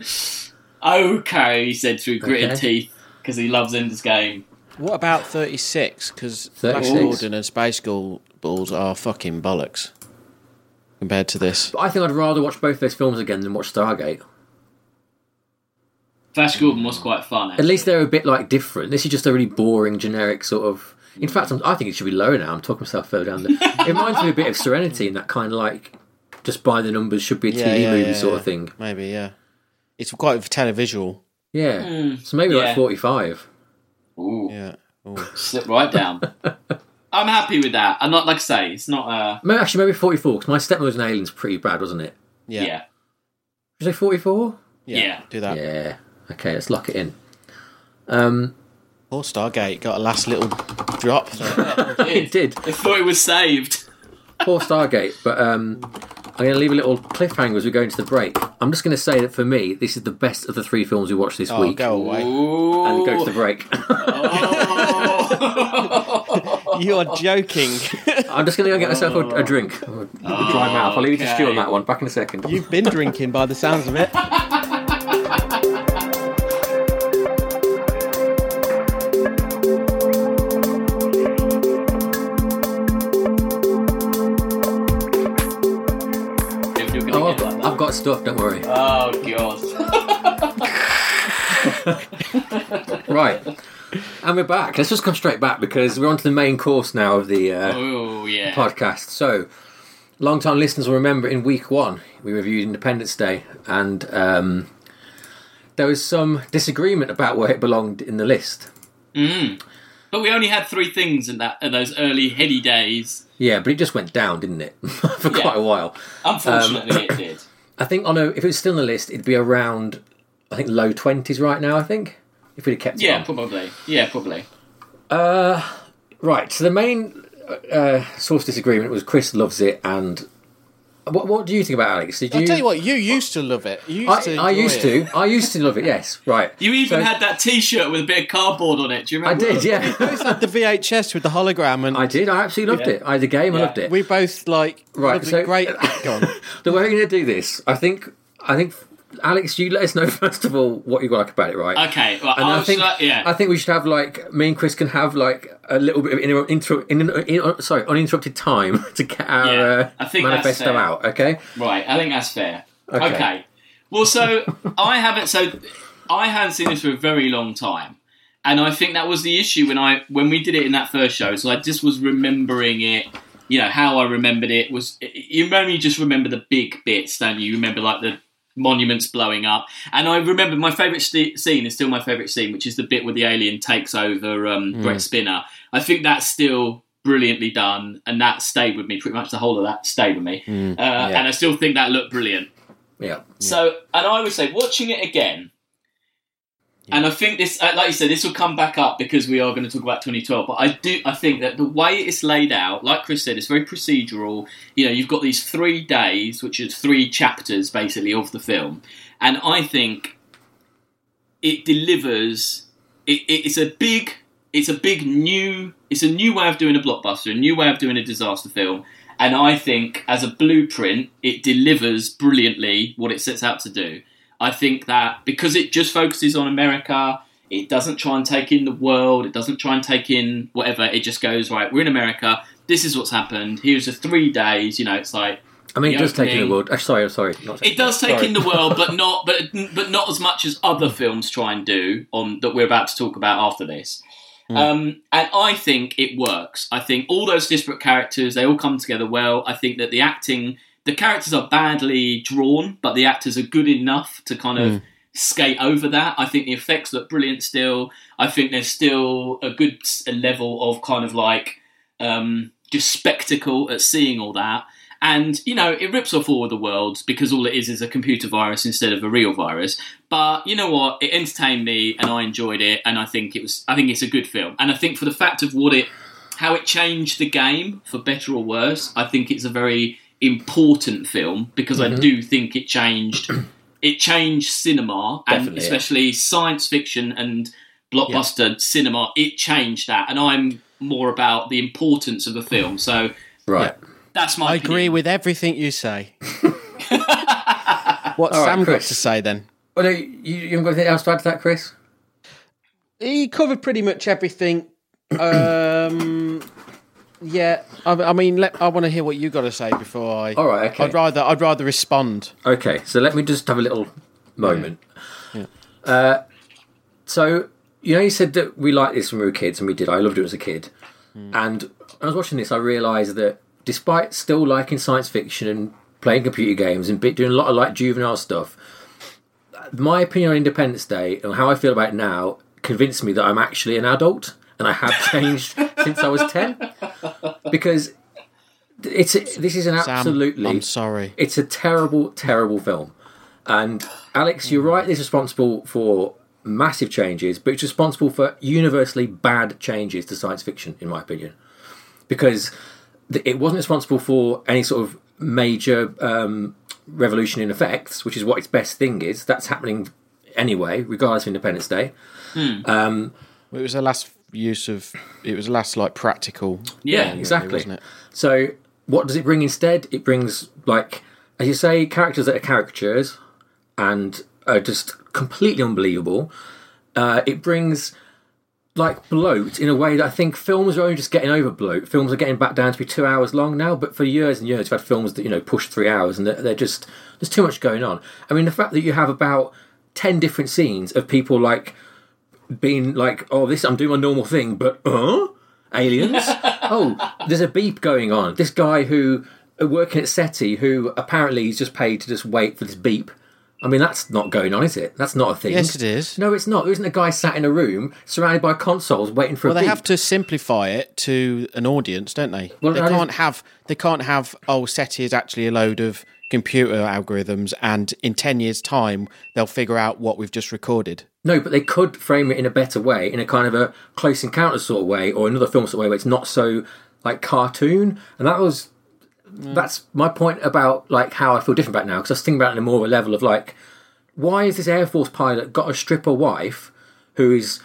Speaker 2: okay, he said through gritted
Speaker 1: Okay.
Speaker 2: teeth because he loves Ender's Game.
Speaker 3: What about 36? Because Flash
Speaker 1: 36?
Speaker 3: Gordon and Space Gold Balls are fucking bollocks compared to this.
Speaker 1: But I think I'd rather watch both those films again than watch Stargate.
Speaker 2: Flash Gordon was quite fun.
Speaker 1: At
Speaker 2: Actually.
Speaker 1: least they're a bit like different. This is just a really boring, generic sort of. In fact, I'm, I think it should be lower now. I'm talking myself further down there. it reminds me a bit of Serenity and that kind of like just by the numbers should be a TV E movie sort
Speaker 3: yeah.
Speaker 1: of thing.
Speaker 3: Maybe, yeah. It's quite televisual.
Speaker 1: Yeah. so maybe
Speaker 2: yeah.
Speaker 1: like 45.
Speaker 2: Ooh,
Speaker 3: Yeah. Ooh.
Speaker 2: slip right down. I'm happy with that. I'm not like I say. It's not. Uh,
Speaker 1: Maybe, actually, maybe 44, because My Stepmother's an Alien's pretty bad, wasn't it?
Speaker 3: Yeah.
Speaker 2: yeah.
Speaker 3: Yeah.
Speaker 1: Did you say 44?
Speaker 2: Yeah.
Speaker 3: Do that.
Speaker 1: Yeah. Okay, let's lock it in. Um,
Speaker 3: Poor Oh, Stargate got a last little drop. there.
Speaker 1: it did.
Speaker 2: I thought it was saved.
Speaker 1: Poor Stargate, but um, I'm going to leave a little cliffhanger as we go into the break. I'm just going to say that for me, this is the best of the three films we watched this
Speaker 3: oh,
Speaker 1: week.
Speaker 3: go away.
Speaker 2: Ooh. Oh.
Speaker 1: And go to the break.
Speaker 3: You are joking.
Speaker 1: I'm just going to go get myself a, a drink. A dry mouth. I'll leave you to stew on
Speaker 2: okay.
Speaker 1: that one. Back in a second.
Speaker 3: You've been drinking by the sounds of it.
Speaker 2: You're gonna
Speaker 1: Oh, I've
Speaker 2: get
Speaker 1: got,
Speaker 2: like that.
Speaker 1: I've got stuff, don't worry.
Speaker 2: Oh god.
Speaker 1: Right. And we're back. Let's just come straight back because we're on to the main course now of the uh,
Speaker 2: Oh yeah.
Speaker 1: podcast. So, long time listeners will remember in week one, we reviewed Independence Day, and um, there was some disagreement about where it belonged in the list.
Speaker 2: Mm. But we only had three things in that in those early heady days.
Speaker 1: Yeah, but it just went down, didn't it? For
Speaker 2: Yeah.
Speaker 1: quite a while. Um,
Speaker 2: Unfortunately, it did.
Speaker 1: I think on a, if it was still on the list, it'd be around, I think, low 20s right now, I think, if we'd have kept it
Speaker 2: Yeah,
Speaker 1: on.
Speaker 2: probably. Yeah, probably.
Speaker 1: Right. So the main uh, source disagreement was Chris loves it, and what what do you think about it, Alex? Did you?
Speaker 3: I'll tell you what, you used to love it. You used to.
Speaker 1: I, I
Speaker 3: enjoy
Speaker 1: used
Speaker 3: it.
Speaker 1: to. I used to love it. Yes. Right.
Speaker 2: You even
Speaker 1: So-
Speaker 2: had that T-shirt with a bit of cardboard on it. Do you
Speaker 1: I
Speaker 2: remember?
Speaker 1: did. Yeah.
Speaker 3: The VHS with the hologram, and
Speaker 1: I did. I absolutely loved it. I had the game. I
Speaker 2: Yeah.
Speaker 1: loved it.
Speaker 3: we both like.
Speaker 1: Right,
Speaker 3: loved it.
Speaker 1: so-
Speaker 3: great. Go on.
Speaker 1: the way we're going to do this, I think. I think. Alex, you let us know first of all what you like about it, right?
Speaker 2: Okay. Well,
Speaker 1: And
Speaker 2: I'll
Speaker 1: I think
Speaker 2: shall I- Oh, yeah.
Speaker 1: I think we should have like me and Chris can have like a little bit of inter- inter- in, in, uh, sorry uninterrupted time to get our
Speaker 2: Yeah, I
Speaker 1: uh,
Speaker 2: think that's
Speaker 1: manifesto
Speaker 2: fair.
Speaker 1: out. Okay,
Speaker 2: Right, I think that's fair.
Speaker 1: Okay.
Speaker 2: Okay. Well, so I haven't. So I hadn't seen this for a very long time, and I think that was the issue when I when we did it in that first show. So I just was remembering it. You know how I remembered it was. You only just remember the big bits, don't you? You remember like the monuments blowing up, and I remember my favourite st- scene is still my favourite scene, which is the bit where the alien takes over um, Brett Spinner. I think that's still brilliantly done, and that stayed with me pretty much the whole of that stayed with me, uh, and I still think that looked brilliant.
Speaker 1: yeah,
Speaker 2: So, and I would say watching it again, and I think this, uh, like you said, this will come back up because we are going to talk about 2012. But I do, I think that the way it's laid out, like Chris said, it's very procedural. You know, you've got these three days, which is three chapters basically of the film, and I think it delivers. It, it, it's a big, it's a big new, it's a new way of doing a blockbuster, a new way of doing a disaster film. And I think, as a blueprint, it delivers brilliantly what it sets out to do. I think that because it just focuses on America, It doesn't try and take in the world. It doesn't try and take in whatever. It just goes right. We're in America. This is what's happened. Here's the three days. You know, it's like
Speaker 1: I mean, it
Speaker 2: The
Speaker 1: does take in the
Speaker 2: opening-
Speaker 1: world. Oh, sorry, I'm sorry. Not
Speaker 2: it does take
Speaker 1: sorry.
Speaker 2: in the world, but not but but not as much as other films try and do on that we're about to talk about after this.
Speaker 1: Hmm.
Speaker 2: Um, and I think it works. I think all those disparate characters they all come together well. I think that the acting, the characters are badly drawn, but the actors are good enough to kind
Speaker 1: Hmm.
Speaker 2: of skate over that. I think the effects look brilliant still. I think there's still a good s- level of kind of like um, just spectacle at seeing all that. And you know, it rips off all of the worlds because all it is is a computer virus instead of a real virus. But you know what? It entertained me, and I enjoyed it, and I think it was. I think it's a good film, and I think for the fact of what it, how it changed the game for better or worse, I think it's a very important film because
Speaker 1: Mm-hmm.
Speaker 2: I do think it changed. It changed cinema, and
Speaker 1: Definitely, yeah.
Speaker 2: especially science fiction and blockbuster cinema. It changed that, and I'm more about the importance of a film. So
Speaker 1: Right.
Speaker 2: that's my.
Speaker 3: I
Speaker 2: opinion.
Speaker 3: agree with everything you say. What's
Speaker 1: All right,
Speaker 3: Sam got
Speaker 1: Chris.
Speaker 3: to say then?
Speaker 1: Well, no, you, you haven't got anything else to add to that, Chris?
Speaker 3: He covered pretty much everything. Um, yeah, I, I mean, let, I want to hear what you got to say before I.
Speaker 1: All right, okay.
Speaker 3: I'd rather I'd rather respond.
Speaker 1: Okay, so let me just have a little moment. Uh, so you know, you said that we liked this when we were kids, and we did. I loved it as a kid,
Speaker 3: Hmm.
Speaker 1: and when I was watching this, I realised that despite still liking science fiction and playing computer games and bit- doing a lot of like juvenile stuff, my opinion on Independence Day and how I feel about it now convinced me that I'm actually an adult and I have changed since I was ten because. It's this is an
Speaker 3: Sam,
Speaker 1: absolutely
Speaker 3: I'm sorry.
Speaker 1: it's a terrible, terrible film. And Alex, you're right. It's responsible for massive changes, but it's responsible for universally bad changes to science fiction, in my opinion, because th- it wasn't responsible for any sort of major um, revolution in effects, which is what its best thing is. That's happening anyway, regardless of Independence Day.
Speaker 3: It was the last use of. It was the last like practical.
Speaker 2: Yeah,
Speaker 1: exactly.
Speaker 3: wasn't it?
Speaker 1: So, what does it bring instead? It brings, like, as you say, characters that are caricatures and are just completely unbelievable. Uh, it brings, like, bloat in a way that I think films are only just getting over bloat. Films are getting back down to be two hours long now, but for years and years, you've had films that, you know, push three hours and they're, they're just, there's too much going on. I mean, the fact that you have about 10 different scenes of people, like, being like, oh, this, I'm doing my normal thing, but, huh? Aliens? oh, there's a beep going on. This guy who, uh, working at SETI, who apparently is just paid to just wait for this beep. I mean, that's not going on, is it? That's not a thing.
Speaker 3: Yes, it is.
Speaker 1: No, it's not. There isn't a guy sat in a room surrounded by consoles waiting for
Speaker 3: Well,
Speaker 1: a
Speaker 3: they
Speaker 1: beep.
Speaker 3: have to simplify it to an audience, don't they?
Speaker 1: Well,
Speaker 3: they
Speaker 1: that is-
Speaker 3: can't have they can't have oh SETI is actually a load of computer algorithms, and in ten years' time they'll figure out what we've just recorded.
Speaker 1: No, but they could frame it in a better way, in a kind of a close encounter sort of way, or another film sort of way where it's not so like cartoon. And that was that's my point about like how I feel different about it now because I was thinking about it in a more of a level of like, why is this Air Force pilot got a stripper wife who is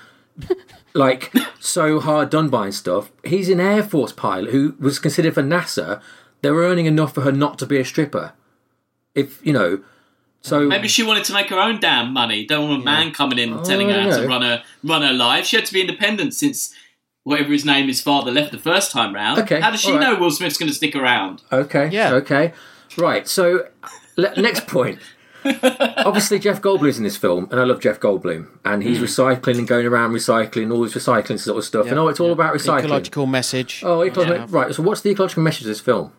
Speaker 1: like so hard done by and stuff? He's an Air Force pilot who was considered for NASA. They're earning enough for her not to be a stripper. If you know, so
Speaker 2: Maybe she wanted to make her own damn money. Don't want a man coming in telling
Speaker 3: Oh,
Speaker 1: I
Speaker 2: her how
Speaker 1: dunno.
Speaker 2: to run her run her life. She had to be independent since whatever his name is father left the first time round.
Speaker 1: Okay,
Speaker 2: How does she
Speaker 1: all right.
Speaker 2: know Will Smith's going to stick around?
Speaker 3: Uh,
Speaker 1: Okay.
Speaker 3: Yeah.
Speaker 1: Okay. Right. So, le- next point. Obviously, Jeff Goldblum's in this film, and I love Jeff Goldblum, and he's
Speaker 3: Mm.
Speaker 1: recycling and going around recycling all this recycling sort of stuff. and oh, it's all about recycling.
Speaker 3: Ecological message.
Speaker 1: Oh, ecological. Right. So, what's the ecological message of this film?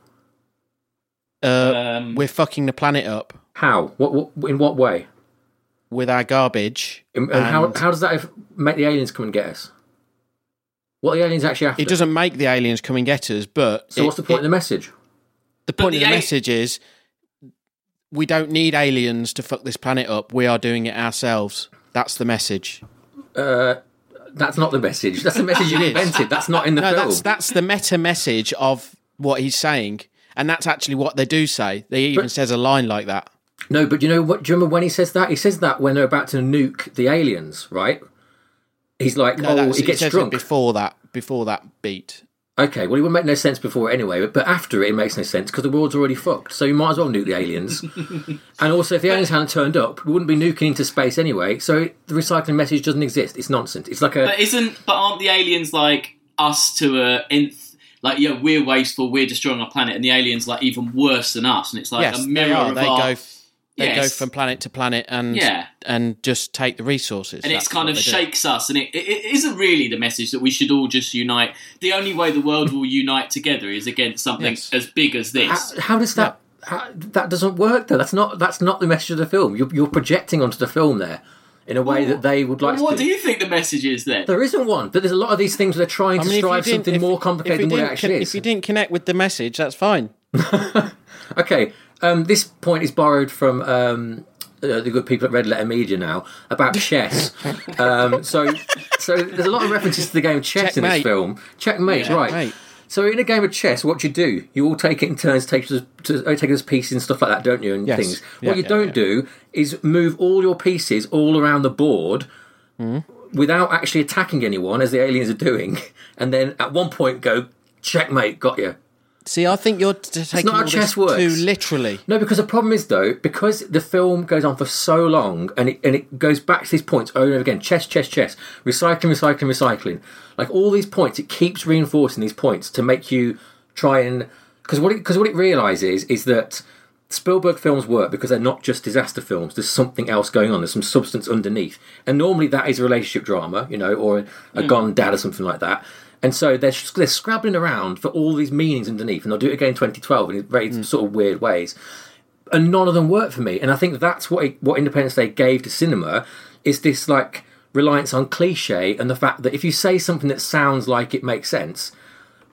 Speaker 3: Uh,
Speaker 2: Um,
Speaker 3: we're fucking the planet up
Speaker 1: How? What? what in what way?
Speaker 3: with our garbage.
Speaker 1: And, and how? How does that if- make the aliens come and get us? What are the aliens actually after?
Speaker 3: It doesn't make the aliens come and get us, but
Speaker 1: so,
Speaker 3: it-
Speaker 1: what's the point
Speaker 3: it-
Speaker 1: of the message?
Speaker 3: The point
Speaker 2: the
Speaker 3: of the
Speaker 2: al-
Speaker 3: message is we don't need aliens to fuck this planet up. We are doing it ourselves. That's the message.
Speaker 1: That's not the message. That's the message you
Speaker 3: It is.
Speaker 1: invented. That's not in the
Speaker 3: No,
Speaker 1: film.
Speaker 3: that's that's the meta message of what he's saying, and that's actually what they do say. They even says a line like that.
Speaker 1: No, but you know what? Do you remember when he says that? He says that when they're about to nuke the aliens, right? He's like,
Speaker 3: No,
Speaker 1: oh,
Speaker 3: that's-
Speaker 1: he gets
Speaker 3: says it
Speaker 1: drunk.
Speaker 3: before that. Before that beat,
Speaker 1: Okay, well, it would make no sense before it anyway, but, but after it, it makes no sense because the world's already fucked. So you might as well nuke the aliens. and also, if the aliens hadn't turned up, we wouldn't be nuking into space anyway. So the recycling message doesn't exist. It's nonsense. It's like a
Speaker 2: But isn't but aren't the aliens like us to a nth? Like yeah, we're wasteful, we're destroying our planet, and the aliens like even worse than us, and it's like
Speaker 3: yes,
Speaker 2: a
Speaker 3: they
Speaker 2: mirror
Speaker 3: are.
Speaker 2: of
Speaker 3: They
Speaker 2: our.
Speaker 3: go. They go
Speaker 2: Yes.
Speaker 3: from planet to planet and
Speaker 2: Yeah.
Speaker 3: and just take the resources.
Speaker 2: and it's
Speaker 3: That's
Speaker 2: kind
Speaker 3: what
Speaker 2: of
Speaker 3: they do.
Speaker 2: shakes us, and it, it, it isn't really the message that we should all just unite. The only way the world will unite together is against something
Speaker 3: Yes.
Speaker 2: as big as
Speaker 1: how,
Speaker 2: this.
Speaker 1: how does that? How, that doesn't work though. That's not that's not the message of the film. You're, you're projecting onto the film there in a way that they would like
Speaker 2: what
Speaker 1: to.
Speaker 2: do you think the message is then?
Speaker 1: There isn't one, but there's a lot of these things where they're trying
Speaker 3: I
Speaker 1: to
Speaker 3: mean, if you
Speaker 1: strive
Speaker 3: didn't-
Speaker 1: something
Speaker 3: if-
Speaker 1: more
Speaker 3: if
Speaker 1: complicated
Speaker 3: you
Speaker 1: than what it
Speaker 3: didn't
Speaker 1: actually
Speaker 3: con-
Speaker 1: is.
Speaker 3: If you didn't connect with the message, that's fine.
Speaker 1: Okay, um, this point is borrowed from um, uh, the good people at Red Letter Media now about chess. um, so, so there's a lot of references to the game of chess in this
Speaker 3: Checkmate.
Speaker 1: film. Checkmate,
Speaker 2: Yeah.
Speaker 1: right?
Speaker 3: Right.
Speaker 1: So in a game of chess, what do you do? You all take it in turns, take it as, to, oh, take it as pieces and stuff like that, don't you? And
Speaker 3: Yes.
Speaker 1: things.
Speaker 3: Yeah,
Speaker 1: what you
Speaker 3: yeah,
Speaker 1: don't
Speaker 3: yeah.
Speaker 1: do is move all your pieces all around the board
Speaker 3: Hmm?
Speaker 1: without actually attacking anyone, as the aliens are doing, and then at one point go checkmate, got you.
Speaker 3: See, I think you're t- taking
Speaker 1: not how
Speaker 3: all this
Speaker 1: chess works.
Speaker 3: too literally.
Speaker 1: No, because the problem is though, because the film goes on for so long and it and it goes back to these points over and over again. Chess, chess, chess. Recycling, recycling, recycling. Like all these points, it keeps reinforcing these points to make you try and because what because what it realizes is that Spielberg films work because they're not just disaster films. There's something else going on. There's some substance underneath, and normally that is a relationship drama, you know, or a, a gone dad or something like that. And so they're s- they're scrabbling around for all these meanings underneath, and they'll do it again in 2012 in very sort of weird ways and none of them work for me. And I think that's what it, what Independence Day gave to cinema is this like reliance on cliche and the fact that if you say something that sounds like it makes sense,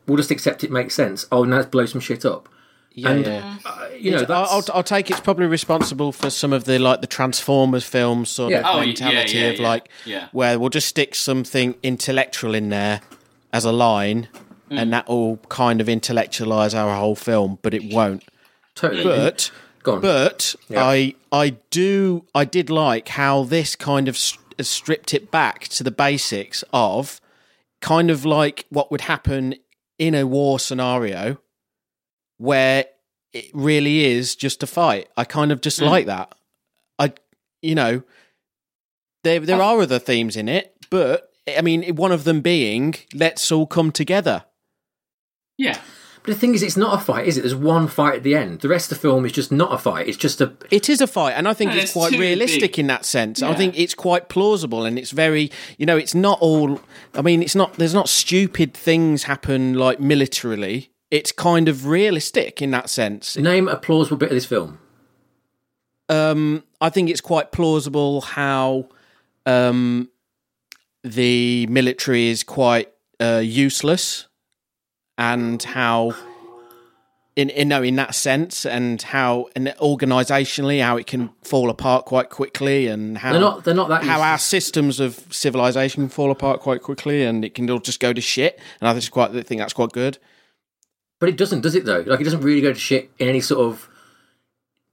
Speaker 1: we'll just accept it makes sense. Oh, now let's blow some shit up.
Speaker 3: Yeah,
Speaker 1: And,
Speaker 3: yeah.
Speaker 1: Uh, you know,
Speaker 3: I'll,
Speaker 1: that's,
Speaker 3: I'll, I'll take it's probably responsible for some of the like the Transformers films sort
Speaker 1: Yeah.
Speaker 3: of
Speaker 1: Oh,
Speaker 2: yeah,
Speaker 3: mentality
Speaker 2: yeah,
Speaker 3: of
Speaker 2: yeah.
Speaker 3: like
Speaker 2: Yeah.
Speaker 3: where we'll just stick something intellectual in there as a line,
Speaker 1: Mm.
Speaker 3: and that will kind of intellectualize our whole film, but it won't.
Speaker 1: totally.
Speaker 3: But
Speaker 1: Go on.
Speaker 3: but I I do I did like how this kind of s- has stripped it back to the basics of kind of like what would happen in a war scenario where it really is just a fight. I kind of just like that. I you know there there are other themes in it, but I mean one of them being let's all come together.
Speaker 2: Yeah,
Speaker 1: but the thing is, it's not a fight, is it? There's one fight at the end. The rest of the film is just not a fight. It's just a
Speaker 3: It is a fight, and I think
Speaker 2: And
Speaker 3: it's
Speaker 2: it's
Speaker 3: quite
Speaker 2: too
Speaker 3: realistic
Speaker 2: big.
Speaker 3: in that sense. I
Speaker 2: Yeah.
Speaker 3: think it's quite plausible, and it's very, you know, it's not all. I mean, it's not. There's not stupid things happen like militarily. It's kind of realistic in that sense.
Speaker 1: name a plausible bit of this film.
Speaker 3: Um, I think it's quite plausible how um, the military is quite uh, useless, and how in in no in that sense, and how and organisationally how it can fall apart quite quickly, and how
Speaker 1: They're not. They're not that.
Speaker 3: Oh. how
Speaker 1: useless.
Speaker 3: our systems of civilization fall apart quite quickly, and it can all just go to shit. And I think it's quite I think that's quite good.
Speaker 1: But it doesn't, does it though? Like it doesn't really go to shit in any sort of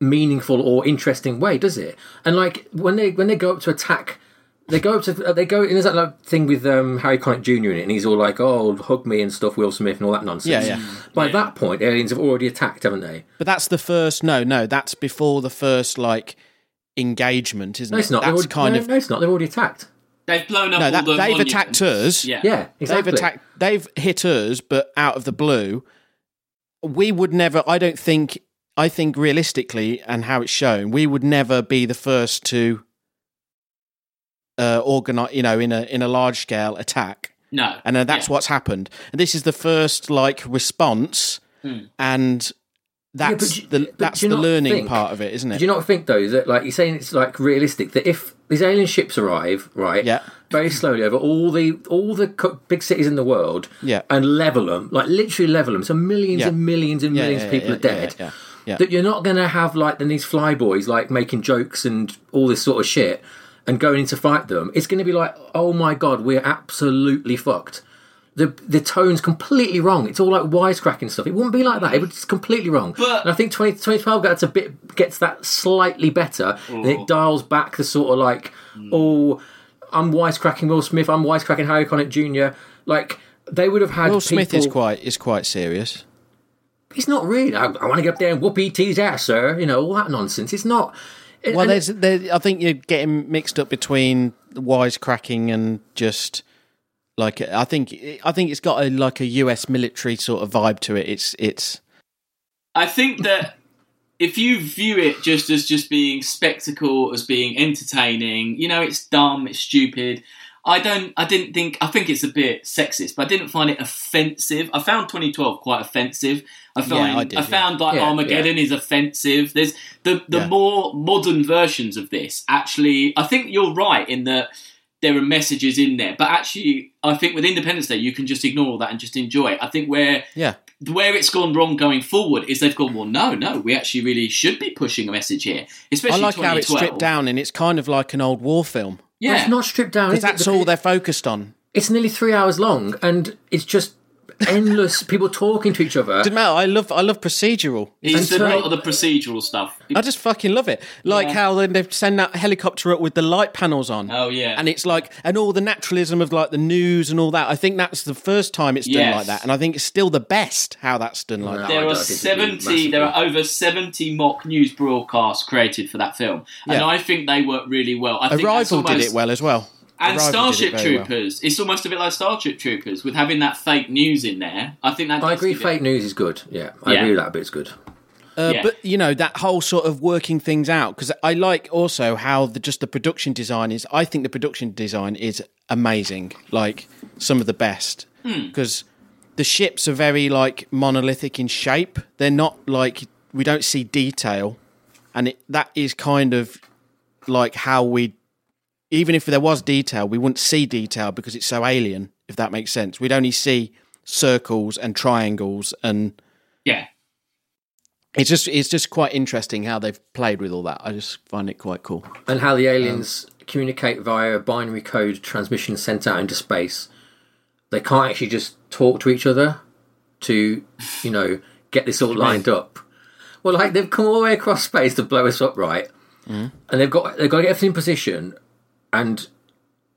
Speaker 1: meaningful or interesting way, does it? And like when they when they go up to attack, they go up to uh, they go. And there's that like, thing with um, Harry Connick Jr. in it, and he's all like, "Oh, hug me and stuff," Will Smith and all that nonsense.
Speaker 3: Yeah, yeah.
Speaker 1: By that point, aliens have already attacked, haven't they?
Speaker 3: But that's the first. No, no, that's before the first like engagement, isn't
Speaker 1: No,
Speaker 3: it?
Speaker 1: it's not. They're
Speaker 3: That's
Speaker 1: already,
Speaker 3: kind
Speaker 1: no,
Speaker 3: of
Speaker 1: no, it's not. They've already attacked.
Speaker 2: they've blown up
Speaker 3: no.
Speaker 2: all
Speaker 3: That,
Speaker 2: the.
Speaker 3: they've
Speaker 2: monuments.
Speaker 3: attacked us.
Speaker 2: Yeah,
Speaker 1: Yeah, exactly.
Speaker 3: They've attacked. They've hit us, but out of the blue. We would never. I don't think. I think realistically, and how it's shown, we would never be the first to uh, organize. You know, in a in a large scale attack.
Speaker 2: no,
Speaker 3: and uh, that's
Speaker 2: Yeah.
Speaker 3: what's happened. And this is the first like response,
Speaker 2: Hmm.
Speaker 3: and that's
Speaker 1: Yeah, but do-
Speaker 3: the
Speaker 1: but
Speaker 3: that's
Speaker 1: do
Speaker 3: the
Speaker 1: you not
Speaker 3: learning
Speaker 1: think-
Speaker 3: part of it, isn't it?
Speaker 1: Do you not think though that like you're saying it's like realistic that if these alien ships arrive, right?
Speaker 3: Yeah.
Speaker 1: Very slowly over all the all the co- big cities in the world.
Speaker 3: Yeah.
Speaker 1: And level them, like literally level them. So millions
Speaker 3: Yeah.
Speaker 1: and millions and
Speaker 3: Yeah,
Speaker 1: millions
Speaker 3: yeah,
Speaker 1: of people
Speaker 3: yeah,
Speaker 1: are dead.
Speaker 3: Yeah, yeah, yeah.
Speaker 1: That you're not going to have like then these flyboys like making jokes and all this sort of shit and going in to fight them. It's going to be like, oh my god, we're absolutely fucked. The, the tone's completely wrong. It's all like wisecracking stuff. It wouldn't be like that. It was completely wrong.
Speaker 2: But-
Speaker 1: and I think 20, 2012 gets a bit gets that slightly better, and it dials back the sort of
Speaker 2: Hmm.
Speaker 1: like, oh, I'm wisecracking Will Smith. I'm wisecracking Harry Connick Jr. Like they would have had
Speaker 3: Will Smith
Speaker 1: people,
Speaker 3: is quite is quite serious.
Speaker 1: He's not really. I, I want to get up there and whoop E.T.'s ass, sir. You know all that nonsense. It's not. and-
Speaker 3: Well,
Speaker 1: and-
Speaker 3: there's, there, I think you're getting mixed up between wisecracking and just like I think I think it's got a like a U.S. military sort of vibe to it. It's it's
Speaker 2: I think that if you view it just as just being spectacle, as being entertaining, you know, it's dumb, it's stupid. I don't. I didn't think. I think it's a bit sexist, but I didn't find it offensive. I found 2012 quite offensive. I found.
Speaker 3: I
Speaker 2: I,
Speaker 3: did, yeah.
Speaker 2: found like
Speaker 1: Yeah,
Speaker 2: Armageddon is offensive. There's the the
Speaker 3: Yeah.
Speaker 2: more modern versions of this. Actually, I think you're right in that there are messages in there, but actually, I think with Independence Day, you can just ignore all that and just enjoy it. I think where
Speaker 3: yeah.
Speaker 2: where it's gone wrong going forward is they've gone well no no we actually really should be pushing a message here
Speaker 3: I
Speaker 2: especially
Speaker 3: like how it's
Speaker 2: 2012
Speaker 3: stripped down and it's kind of like an old war film
Speaker 1: Well,
Speaker 2: yeah
Speaker 1: It's not stripped down.
Speaker 3: because
Speaker 1: is it?
Speaker 3: that's
Speaker 1: The-
Speaker 3: all they're focused on.
Speaker 1: It's nearly three hours long, and it's just endless people talking to each other.
Speaker 3: Doesn't matter. I love I love procedural.
Speaker 2: it's a
Speaker 1: And
Speaker 2: lot
Speaker 1: so-
Speaker 2: of the procedural stuff
Speaker 3: I just fucking love it. Like
Speaker 2: Yeah.
Speaker 3: how then they send that helicopter up with the light panels on.
Speaker 2: Oh, yeah.
Speaker 3: and it's like and all the naturalism of like the news and all that. I think that's the first time it's done
Speaker 2: Yes.
Speaker 3: like that, and I think it's still the best how that's done like that.
Speaker 1: Oh, I
Speaker 2: there
Speaker 1: don't
Speaker 2: are
Speaker 1: disagree
Speaker 2: 70 there
Speaker 1: massively.
Speaker 2: are over 70 mock news broadcasts created for that film and
Speaker 3: Yeah.
Speaker 2: i think they work really well i think that's
Speaker 3: Arrival did
Speaker 2: almost-
Speaker 3: it well as well.
Speaker 2: and
Speaker 3: Arrival did it
Speaker 2: starship
Speaker 3: very well.
Speaker 2: troopers it's almost a bit like starship troopers with having that fake news in there i think that
Speaker 1: I
Speaker 2: does
Speaker 1: agree.
Speaker 2: give it-
Speaker 1: Fake news is good. Yeah, I
Speaker 2: Yeah.
Speaker 1: agree with that bit's good.
Speaker 3: Uh,
Speaker 2: Yeah.
Speaker 3: But you know that whole sort of working things out because I like also how the just the production design is. I think the production design is amazing, like some of the best because the ships are very like monolithic in shape. They're not like we don't see detail, and it, that is kind of like how we. Even if there was detail, we wouldn't see detail because it's so alien. If that makes sense, we'd only see circles and triangles and
Speaker 2: yeah
Speaker 3: it's just it's just quite interesting how they've played with all that. I just find it quite cool.
Speaker 1: And how the aliens communicate via a binary code transmission sent out into space. They can't actually just talk to each other to, you know, get this all lined up. Well, like they've come all the way across space to blow us up, right? And they've got they've got to get everything in position, and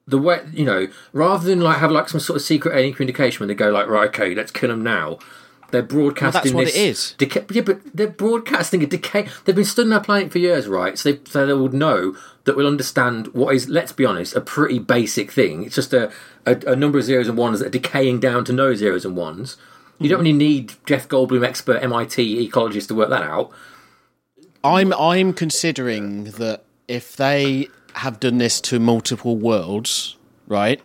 Speaker 1: the way you know, rather than like have like some sort of secret alien communication when they go like, right, okay, let's kill them now. They're broadcasting
Speaker 3: what
Speaker 1: this.
Speaker 3: it is.
Speaker 1: Decay, yeah, but they're broadcasting a decay. They've been studying our planet for years, right? So they, so they will know that we'll understand what is, let's be honest, a pretty basic thing. It's just a, a, a number of zeros and ones that are decaying down to no zeros and ones. You
Speaker 3: Mm-hmm.
Speaker 1: don't really need Jeff Goldblum, expert MIT ecologist, to work that out.
Speaker 3: I'm I'm considering that if they have done this to multiple worlds, right?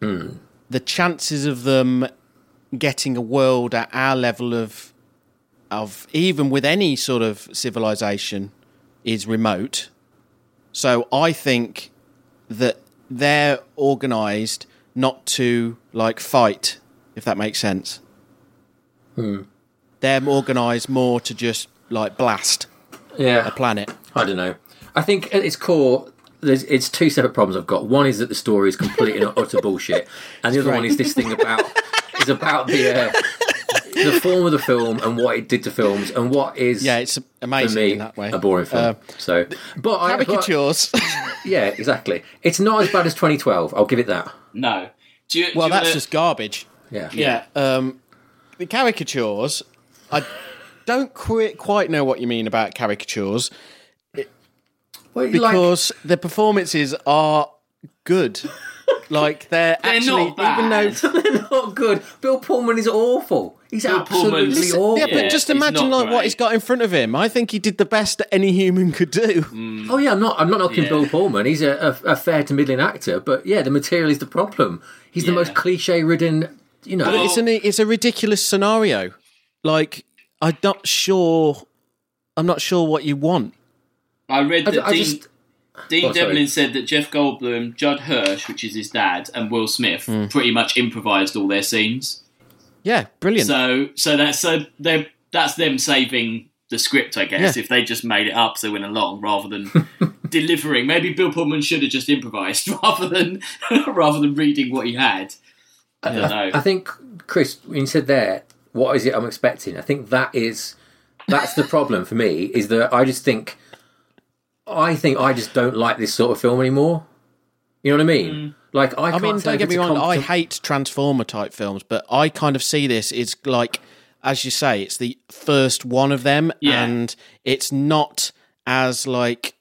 Speaker 3: The chances of them getting a world at our level of of even with any sort of civilization is remote. So I think that they're organized not to like fight, if that makes sense. They're organized more to just like blast
Speaker 1: Yeah.
Speaker 3: a planet.
Speaker 1: I don't know. I think at its core, there's it's two separate problems I've got. One is that the story is complete and utter bullshit, and the other one is this thing about is about the uh, the form of the film and what it did to films and what is
Speaker 3: Yeah, it's
Speaker 1: for
Speaker 3: amazing
Speaker 1: me
Speaker 3: in that way. Uh,
Speaker 1: a boring film. so, but I but,
Speaker 3: Caricatures.
Speaker 1: yeah, exactly. It's not as bad as 2012. I'll give it that.
Speaker 2: no do you, do
Speaker 3: well,
Speaker 2: you
Speaker 3: that's
Speaker 2: wanna-
Speaker 3: just garbage.
Speaker 1: Yeah.
Speaker 3: Yeah. Um, the caricatures, I don't qui- quite know what you mean about caricatures
Speaker 1: Well, you like-
Speaker 3: because the performances are good. like they're,
Speaker 2: they're
Speaker 3: actually,
Speaker 2: not bad.
Speaker 3: even though
Speaker 1: they're not good. Bill Pullman is awful. He's absolutely
Speaker 2: Pullman's-
Speaker 1: awful.
Speaker 3: Yeah,
Speaker 2: Yeah,
Speaker 3: but just
Speaker 2: it's
Speaker 3: imagine
Speaker 2: not
Speaker 3: like what
Speaker 2: great.
Speaker 3: he's got in front of him. I think he did the best that any human could do.
Speaker 1: Oh yeah, I'm not. I'm not knocking
Speaker 2: Yeah.
Speaker 1: Bill Pullman. He's a, a, a fair to middling actor, but yeah, the material is the problem. He's the
Speaker 2: Yeah.
Speaker 1: most cliche-ridden. You know,
Speaker 3: But it's an it's a ridiculous scenario. Like I'm not sure. I'm not sure what you want.
Speaker 2: I read that
Speaker 1: I
Speaker 2: Dean,
Speaker 1: just-
Speaker 2: Dean
Speaker 1: Oh, sorry.
Speaker 2: Devlin said that Jeff Goldblum, Judd Hirsch, which is his dad, and Will Smith pretty much improvised all their scenes.
Speaker 3: Yeah, brilliant.
Speaker 2: So, so that's so they that's them saving the script, I guess.
Speaker 3: Yeah.
Speaker 2: If they just made it up so it went along rather than delivering, maybe Bill Pullman should have just improvised rather than rather than reading what he had. I don't know.
Speaker 1: I think Chris, when you said there, what is it I'm expecting? I think that is that's the problem for me. Is that I just think
Speaker 2: Mm.
Speaker 1: I think I just don't like this sort of film anymore. You know what I mean? Like I,
Speaker 3: I
Speaker 1: can't
Speaker 3: mean,
Speaker 1: say
Speaker 3: don't
Speaker 1: if
Speaker 3: get me
Speaker 1: it's a
Speaker 3: wrong. I
Speaker 1: competent-
Speaker 3: hate Transformer type films, but I kind of see this is like, as you say, it's the first one of them,
Speaker 2: Yeah.
Speaker 3: and it's not as like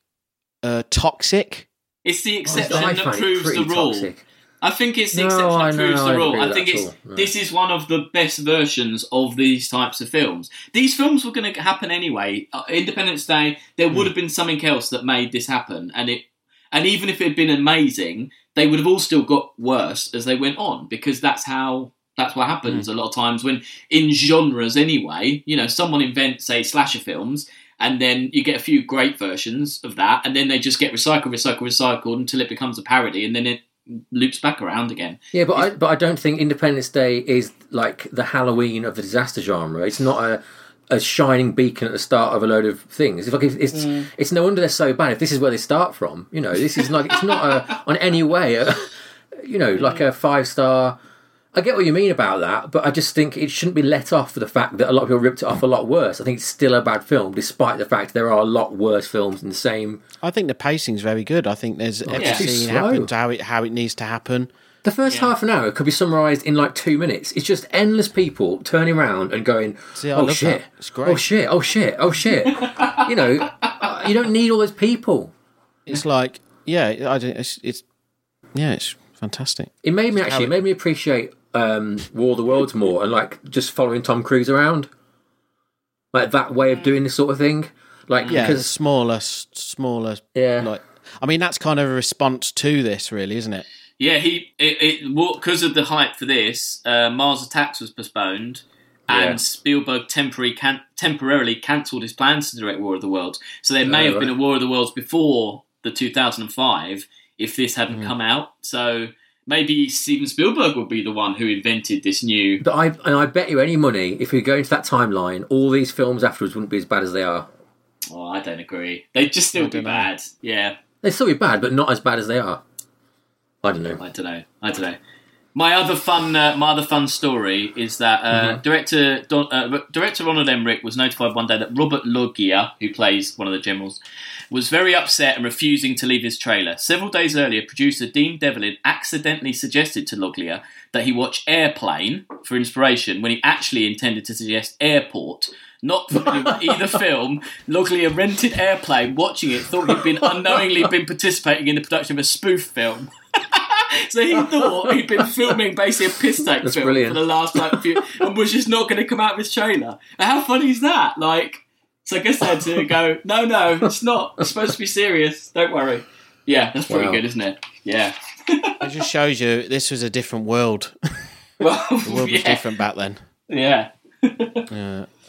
Speaker 3: uh, toxic.
Speaker 2: It's the
Speaker 1: I
Speaker 2: exception
Speaker 1: find
Speaker 2: that
Speaker 1: it
Speaker 2: proves
Speaker 1: pretty
Speaker 2: the rule.
Speaker 1: toxic.
Speaker 2: I think it's the
Speaker 1: No,
Speaker 2: exception
Speaker 1: I-
Speaker 2: that
Speaker 1: no,
Speaker 2: proves
Speaker 1: I
Speaker 2: the
Speaker 1: don't
Speaker 2: rule.
Speaker 1: agree
Speaker 2: I
Speaker 1: with
Speaker 2: think
Speaker 1: that at
Speaker 2: it's
Speaker 1: all, no.
Speaker 2: this is one of the best versions of these types of films. These films were going to happen anyway. Uh, Independence Day, there
Speaker 1: Hmm.
Speaker 2: would have been something else that made this happen, and it, and even if it had been amazing, they would have all still got worse as they went on because that's how that's what happens a lot of times when in genres anyway. You know, someone invents say slasher films. And then you get a few great versions of that, and then they just get recycled, recycled, recycled until it becomes a parody, and then it loops back around again.
Speaker 1: Yeah, but I, but I don't think Independence Day is like the Halloween of the disaster genre. It's not a a shining beacon at the start of a load of things. It's like it's it's, it's no wonder they're so bad. If this is where they start from, you know, this is like it's not a on any way, a, you know, like a five star. I get what you mean about that, but I just think it shouldn't be let off for the fact that a lot of people ripped it off a lot worse. I think it's still a bad film, despite the fact there are a lot worse films in the same.
Speaker 3: I think the pacing's very good. I think there's every
Speaker 2: it's too
Speaker 3: scene
Speaker 1: Oh, slow.
Speaker 3: happens how it how it needs to happen.
Speaker 1: The first
Speaker 2: Yeah.
Speaker 1: half an hour could be summarised in like two minutes. It's just endless people turning around and going,
Speaker 3: See, I
Speaker 1: "Oh
Speaker 3: love
Speaker 1: shit!
Speaker 3: that. It's great."
Speaker 1: Oh shit! Oh shit! Oh shit!" you know, uh, you don't need all those people.
Speaker 3: It's like, yeah, I don't, it's, it's yeah, it's fantastic.
Speaker 1: It made me actually it made me appreciate um, War of the Worlds more and like just following Tom Cruise around, like that way of doing this sort of thing. Like
Speaker 3: Yeah,
Speaker 1: because
Speaker 3: smaller, s- smaller.
Speaker 1: Yeah.
Speaker 3: like I mean, that's kind of a response to this, really, isn't it?
Speaker 2: Yeah, he it because of the hype for this, uh, Mars Attacks was postponed, and
Speaker 1: Yeah.
Speaker 2: Spielberg temporary can- temporarily cancelled his plans to direct War of the Worlds. So there may
Speaker 1: Oh,
Speaker 2: have been a
Speaker 1: right.
Speaker 2: War of the Worlds before the 2005 if this
Speaker 1: Mm.
Speaker 2: hadn't come out. So maybe Steven Spielberg would be the one who invented this new.
Speaker 1: But I and I bet you any money if we go into that timeline, all these films afterwards wouldn't be as bad as they are.
Speaker 2: Oh, I don't agree. They'd just still be
Speaker 3: dunno.
Speaker 2: bad. Yeah,
Speaker 1: They'd still be bad, but not as bad as they are. I don't know.
Speaker 2: I don't know. I don't know. My other fun, uh, my other fun story is that uh, director Don, uh, R- director Ronald Emmerich was notified one day that Robert Loggia, who plays one of the generals, was very upset and refusing to leave his trailer. Several days earlier, producer Dean Devlin accidentally suggested to Loggia that he watch Airplane for inspiration when he actually intended to suggest Airport. Not familiar with either film, Loglia rented Airplane, watching it, thought he'd been unknowingly been participating in the production of a spoof film. So he thought he'd been filming basically a piss take film
Speaker 1: brilliant.
Speaker 2: for the last like few, and was just not going to come out of his trailer. And how funny is that? Like, so I guess they had to go. No, no, it's not. It's supposed to be serious. Don't worry. Yeah, that's pretty
Speaker 1: Wow.
Speaker 2: good, isn't it? Yeah.
Speaker 3: It just shows you this was a different world.
Speaker 2: Well,
Speaker 3: The world
Speaker 2: yeah.
Speaker 3: was different back then.
Speaker 2: Yeah.
Speaker 3: Yeah,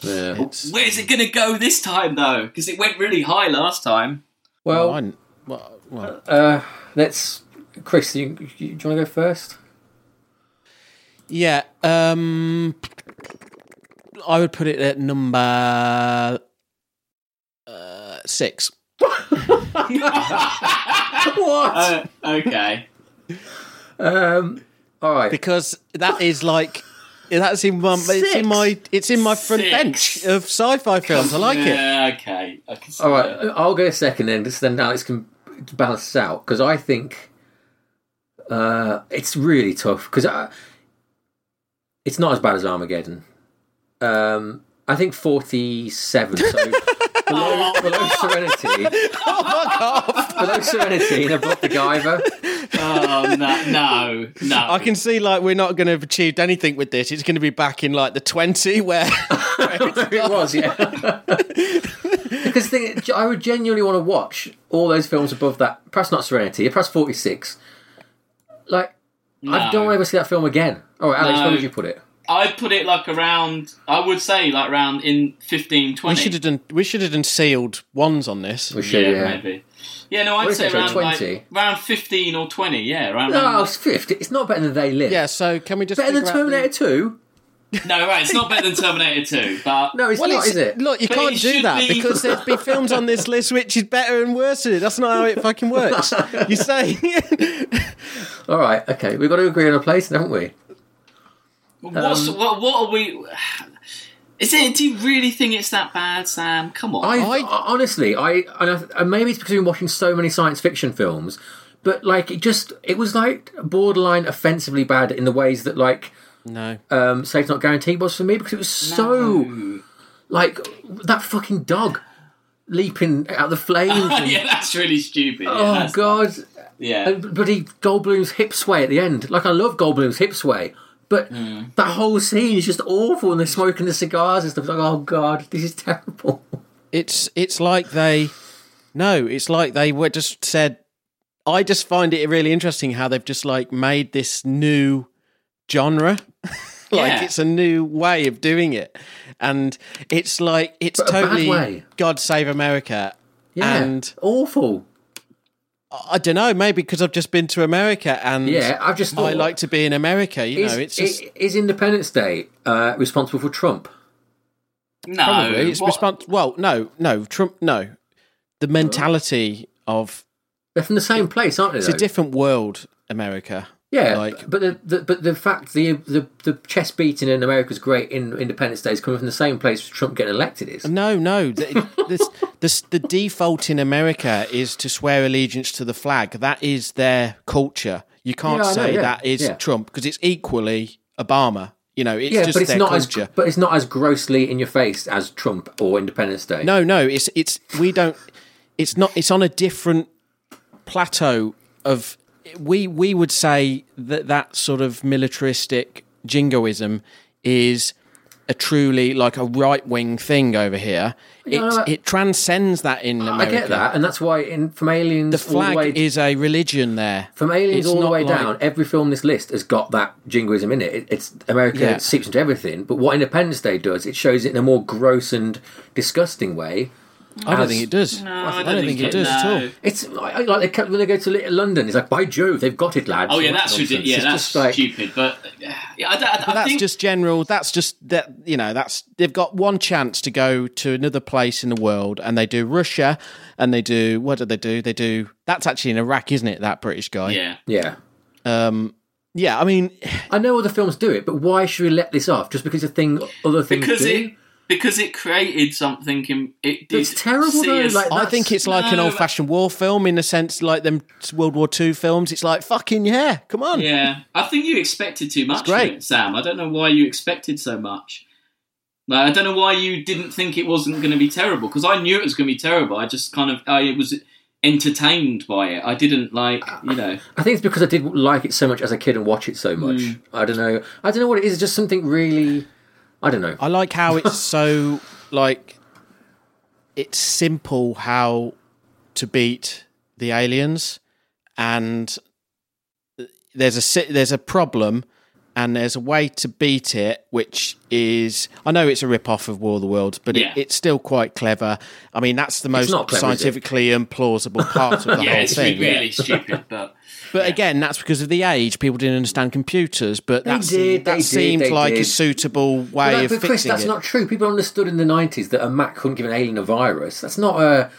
Speaker 1: Yeah.
Speaker 3: it's,
Speaker 2: Where's it going to go this time though? Because it went really high last time.
Speaker 1: Well,
Speaker 3: mine- well, well,
Speaker 1: Uh, let's, Chris. You, you, do you want to go first?
Speaker 3: yeah. Um, I would put it at number uh, six.
Speaker 1: What?
Speaker 2: Uh, okay.
Speaker 1: um. All right.
Speaker 3: because that is like that's in my it's
Speaker 1: Six.
Speaker 3: in my it's in my front
Speaker 2: Six.
Speaker 3: bench of sci-fi films. I like it.
Speaker 2: yeah, Okay. I can see
Speaker 1: All right.
Speaker 2: that.
Speaker 1: I'll go second then, just then Alex can balance this out because I think uh, it's really tough because it's not as bad as Armageddon. Um, I think forty-seven. So below, below Serenity, below Serenity, and above the Guyver.
Speaker 2: Oh no, no, no.
Speaker 3: I can see like we're not going to have achieved anything with this. It's going to be back in like the twenty where
Speaker 1: it was, yeah. because the thing, I would genuinely want to watch all those films above that. Perhaps not Serenity. Perhaps Forty Six. Like, I
Speaker 2: No.
Speaker 1: don't want to ever see that film again. All right, Alex,
Speaker 2: No.
Speaker 1: where would you put it?
Speaker 2: I'd put it like around. I would say like around in fifteen
Speaker 3: we
Speaker 2: twenty.
Speaker 3: should have done we should have done sealed ones on this.
Speaker 1: We should,
Speaker 2: Yeah,
Speaker 1: yeah.
Speaker 2: maybe. Yeah, no, I'd
Speaker 1: What is
Speaker 2: say
Speaker 1: it,
Speaker 2: around
Speaker 1: 20?
Speaker 2: like around fifteen or twenty. Yeah, around.
Speaker 1: No,
Speaker 2: around
Speaker 1: it's fifty. It's not better than They Live.
Speaker 3: Yeah, so can we just
Speaker 1: better than
Speaker 3: figure out the-
Speaker 1: Terminator Two.
Speaker 2: no, right. It's not better than Terminator Two, but
Speaker 1: No, it's
Speaker 3: Well,
Speaker 1: not,
Speaker 3: it's,
Speaker 1: is it?
Speaker 3: look, you
Speaker 2: But it
Speaker 3: can't do
Speaker 2: should
Speaker 3: that
Speaker 2: be-
Speaker 3: because there'd be films on this list which is better and worse than it. That's not how it fucking works. You say
Speaker 1: All right, okay. We've got to agree on a place, haven't we?
Speaker 2: what's,
Speaker 1: Um,
Speaker 2: what? What are we? Is it? Do you really think it's that bad, Sam? Come on.
Speaker 1: I,
Speaker 3: I-
Speaker 1: honestly, I and, I and maybe it's because we've been watching so many science fiction films, but like it just it was like borderline offensively bad in the ways that like
Speaker 3: No.
Speaker 1: um, Safe's Not Guaranteed was for me because it was so like that fucking dog leaping out the flames. and-
Speaker 2: yeah, that's really stupid. Yeah,
Speaker 1: oh
Speaker 2: that's-
Speaker 1: god!
Speaker 2: Yeah.
Speaker 1: And bloody Goldblum's hip sway at the end. Like I love Goldblum's hip sway, but
Speaker 2: Hmm.
Speaker 1: that whole scene is just awful. And they're smoking the cigars and stuff. It's like oh god, this is terrible.
Speaker 3: It's it's like they no, it's like they were just said. I just find it really interesting how they've just like made this new genre. like
Speaker 2: Yeah.
Speaker 3: it's a new way of doing it, and it's like it's
Speaker 1: But a bad
Speaker 3: totally
Speaker 1: way.
Speaker 3: God Save America.
Speaker 1: Yeah,
Speaker 3: And
Speaker 1: awful.
Speaker 3: I- I don't know, maybe because I've just been to America and
Speaker 1: Yeah, I've just
Speaker 3: I
Speaker 1: thought,
Speaker 3: like to be in America. You
Speaker 1: is,
Speaker 3: know, it's just
Speaker 1: i- is Independence Day uh, responsible for Trump?
Speaker 2: No.
Speaker 3: Probably.
Speaker 1: Oh.
Speaker 3: It's
Speaker 2: what-
Speaker 3: respons- well, no, no, Trump, no. The mentality of
Speaker 1: They're from the same place, aren't they?
Speaker 3: it's a
Speaker 1: though?
Speaker 3: different world, America.
Speaker 1: Yeah,
Speaker 3: like-
Speaker 1: but the, the but the fact the the the chest beating in America's great in Independence Day is coming from the same place as Trump getting elected is.
Speaker 3: No, no. The, this, this, the default in America is to swear allegiance to the flag. That is their culture. You
Speaker 1: Yeah,
Speaker 3: can't
Speaker 1: I know,
Speaker 3: say
Speaker 1: yeah,
Speaker 3: that is
Speaker 1: yeah.
Speaker 3: Trump because it's equally Obama. You know, it's
Speaker 1: yeah,
Speaker 3: just
Speaker 1: but it's
Speaker 3: their
Speaker 1: not
Speaker 3: culture.
Speaker 1: as but it's not as grossly in your face as Trump or Independence Day.
Speaker 3: No, no, it's it's we don't. It's not. It's on a different plateau of we we would say that that sort of militaristic jingoism is a truly like a right wing thing over here. It
Speaker 1: no, I-
Speaker 3: it transcends that in
Speaker 1: I
Speaker 3: America.
Speaker 1: get that, and that's why in from Aliens
Speaker 3: The
Speaker 1: all the
Speaker 3: flag
Speaker 1: way
Speaker 3: is a religion there.
Speaker 1: from Aliens
Speaker 3: it's
Speaker 1: all the
Speaker 3: not
Speaker 1: way
Speaker 3: like-
Speaker 1: down. Every film on this list has got that jingoism in it. it it's America
Speaker 3: Yeah.
Speaker 1: it seeps into everything. But what Independence Day does, it shows it in a more gross and disgusting way.
Speaker 3: I don't
Speaker 1: as-
Speaker 3: think it does.
Speaker 2: No, I don't, think, it,
Speaker 3: does at
Speaker 2: no.
Speaker 3: all.
Speaker 1: It's like, like they, cut- when they go to Little London, it's like, by Jove, they've got it, lads.
Speaker 2: Oh yeah,
Speaker 1: What
Speaker 2: that's
Speaker 1: nonsense.
Speaker 2: ridiculous. Yeah,
Speaker 1: It's
Speaker 2: that's
Speaker 1: just like-
Speaker 2: stupid. But uh, yeah, I, don't- I,
Speaker 3: But
Speaker 2: I
Speaker 3: that's
Speaker 2: think
Speaker 3: just general. That's just that you know. That's they've got one chance to go to another place in the world, and they do Russia, and they do what do they do? They do that's actually in Iraq, isn't it? That British guy.
Speaker 2: yeah.
Speaker 1: Yeah.
Speaker 3: Um. Yeah. I mean,
Speaker 1: I know other films do it, but why should we let this off just because a thing other things
Speaker 2: because
Speaker 1: do?
Speaker 2: it because it created something. In, it did
Speaker 1: It's terrible,
Speaker 2: see
Speaker 1: though,
Speaker 2: us-
Speaker 1: like-
Speaker 3: I think it's like an
Speaker 2: No,
Speaker 3: old-fashioned war film in a sense, like them World War Two films. It's like fucking yeah, come on.
Speaker 2: yeah, I think you expected too much,
Speaker 3: great.
Speaker 2: from it, Sam. I don't know why you expected so much. Like, I don't know why you didn't think it wasn't going to be terrible because I knew it was going to be terrible. I just kind of I was entertained by it. I didn't like you know.
Speaker 1: I think it's because I did like it so much as a kid and watch it so much.
Speaker 2: Mm.
Speaker 1: I don't know. I don't know what it is. It's just something really. I don't know.
Speaker 3: I like how it's so like it's simple how to beat the aliens, and there's a si- there's a problem, and there's a way to beat it, which is I know it's a rip off of War of the Worlds, but
Speaker 2: Yeah.
Speaker 3: it, it's still quite clever. I mean, that's the most
Speaker 1: not clever, is it?
Speaker 3: scientifically implausible part of the
Speaker 2: Yeah,
Speaker 3: whole
Speaker 2: it's
Speaker 3: thing.
Speaker 2: really stupid, but
Speaker 3: But again, that's because of the age. People didn't understand computers, but that's,
Speaker 1: did,
Speaker 3: that
Speaker 1: they did,
Speaker 3: seemed
Speaker 1: they
Speaker 3: like a
Speaker 1: did.
Speaker 3: suitable way
Speaker 1: Like,
Speaker 3: of
Speaker 1: but
Speaker 3: fixing
Speaker 1: Chris, that's
Speaker 3: it.
Speaker 1: not true. People understood in the nineties that a Mac couldn't give an alien a virus. That's not a.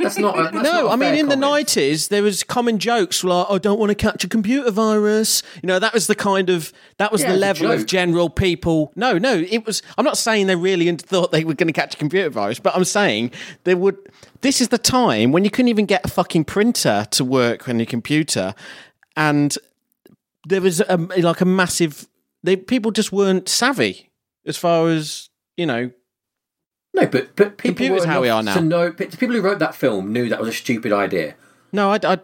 Speaker 1: That's not. A, that's not
Speaker 3: No,
Speaker 1: a
Speaker 3: I mean
Speaker 1: fair
Speaker 3: in the
Speaker 1: comment.
Speaker 3: nineties there was common jokes like "I don't want to catch a computer virus." You know that was the kind of that was
Speaker 1: Yeah,
Speaker 3: the
Speaker 1: it's a
Speaker 3: level of
Speaker 1: joke.
Speaker 3: general people. No, no, it was. I'm not saying they really in- thought they were going to catch a computer virus, but I'm saying they would. This is the time when you couldn't even get a fucking printer to work on your computer, and there was a, like a massive. They people just weren't savvy as far as you know.
Speaker 1: No, but but people
Speaker 3: Computers
Speaker 1: were
Speaker 3: how we
Speaker 1: enough
Speaker 3: are now.
Speaker 1: To know, but the people who wrote that film knew that was a stupid idea.
Speaker 3: No, I. I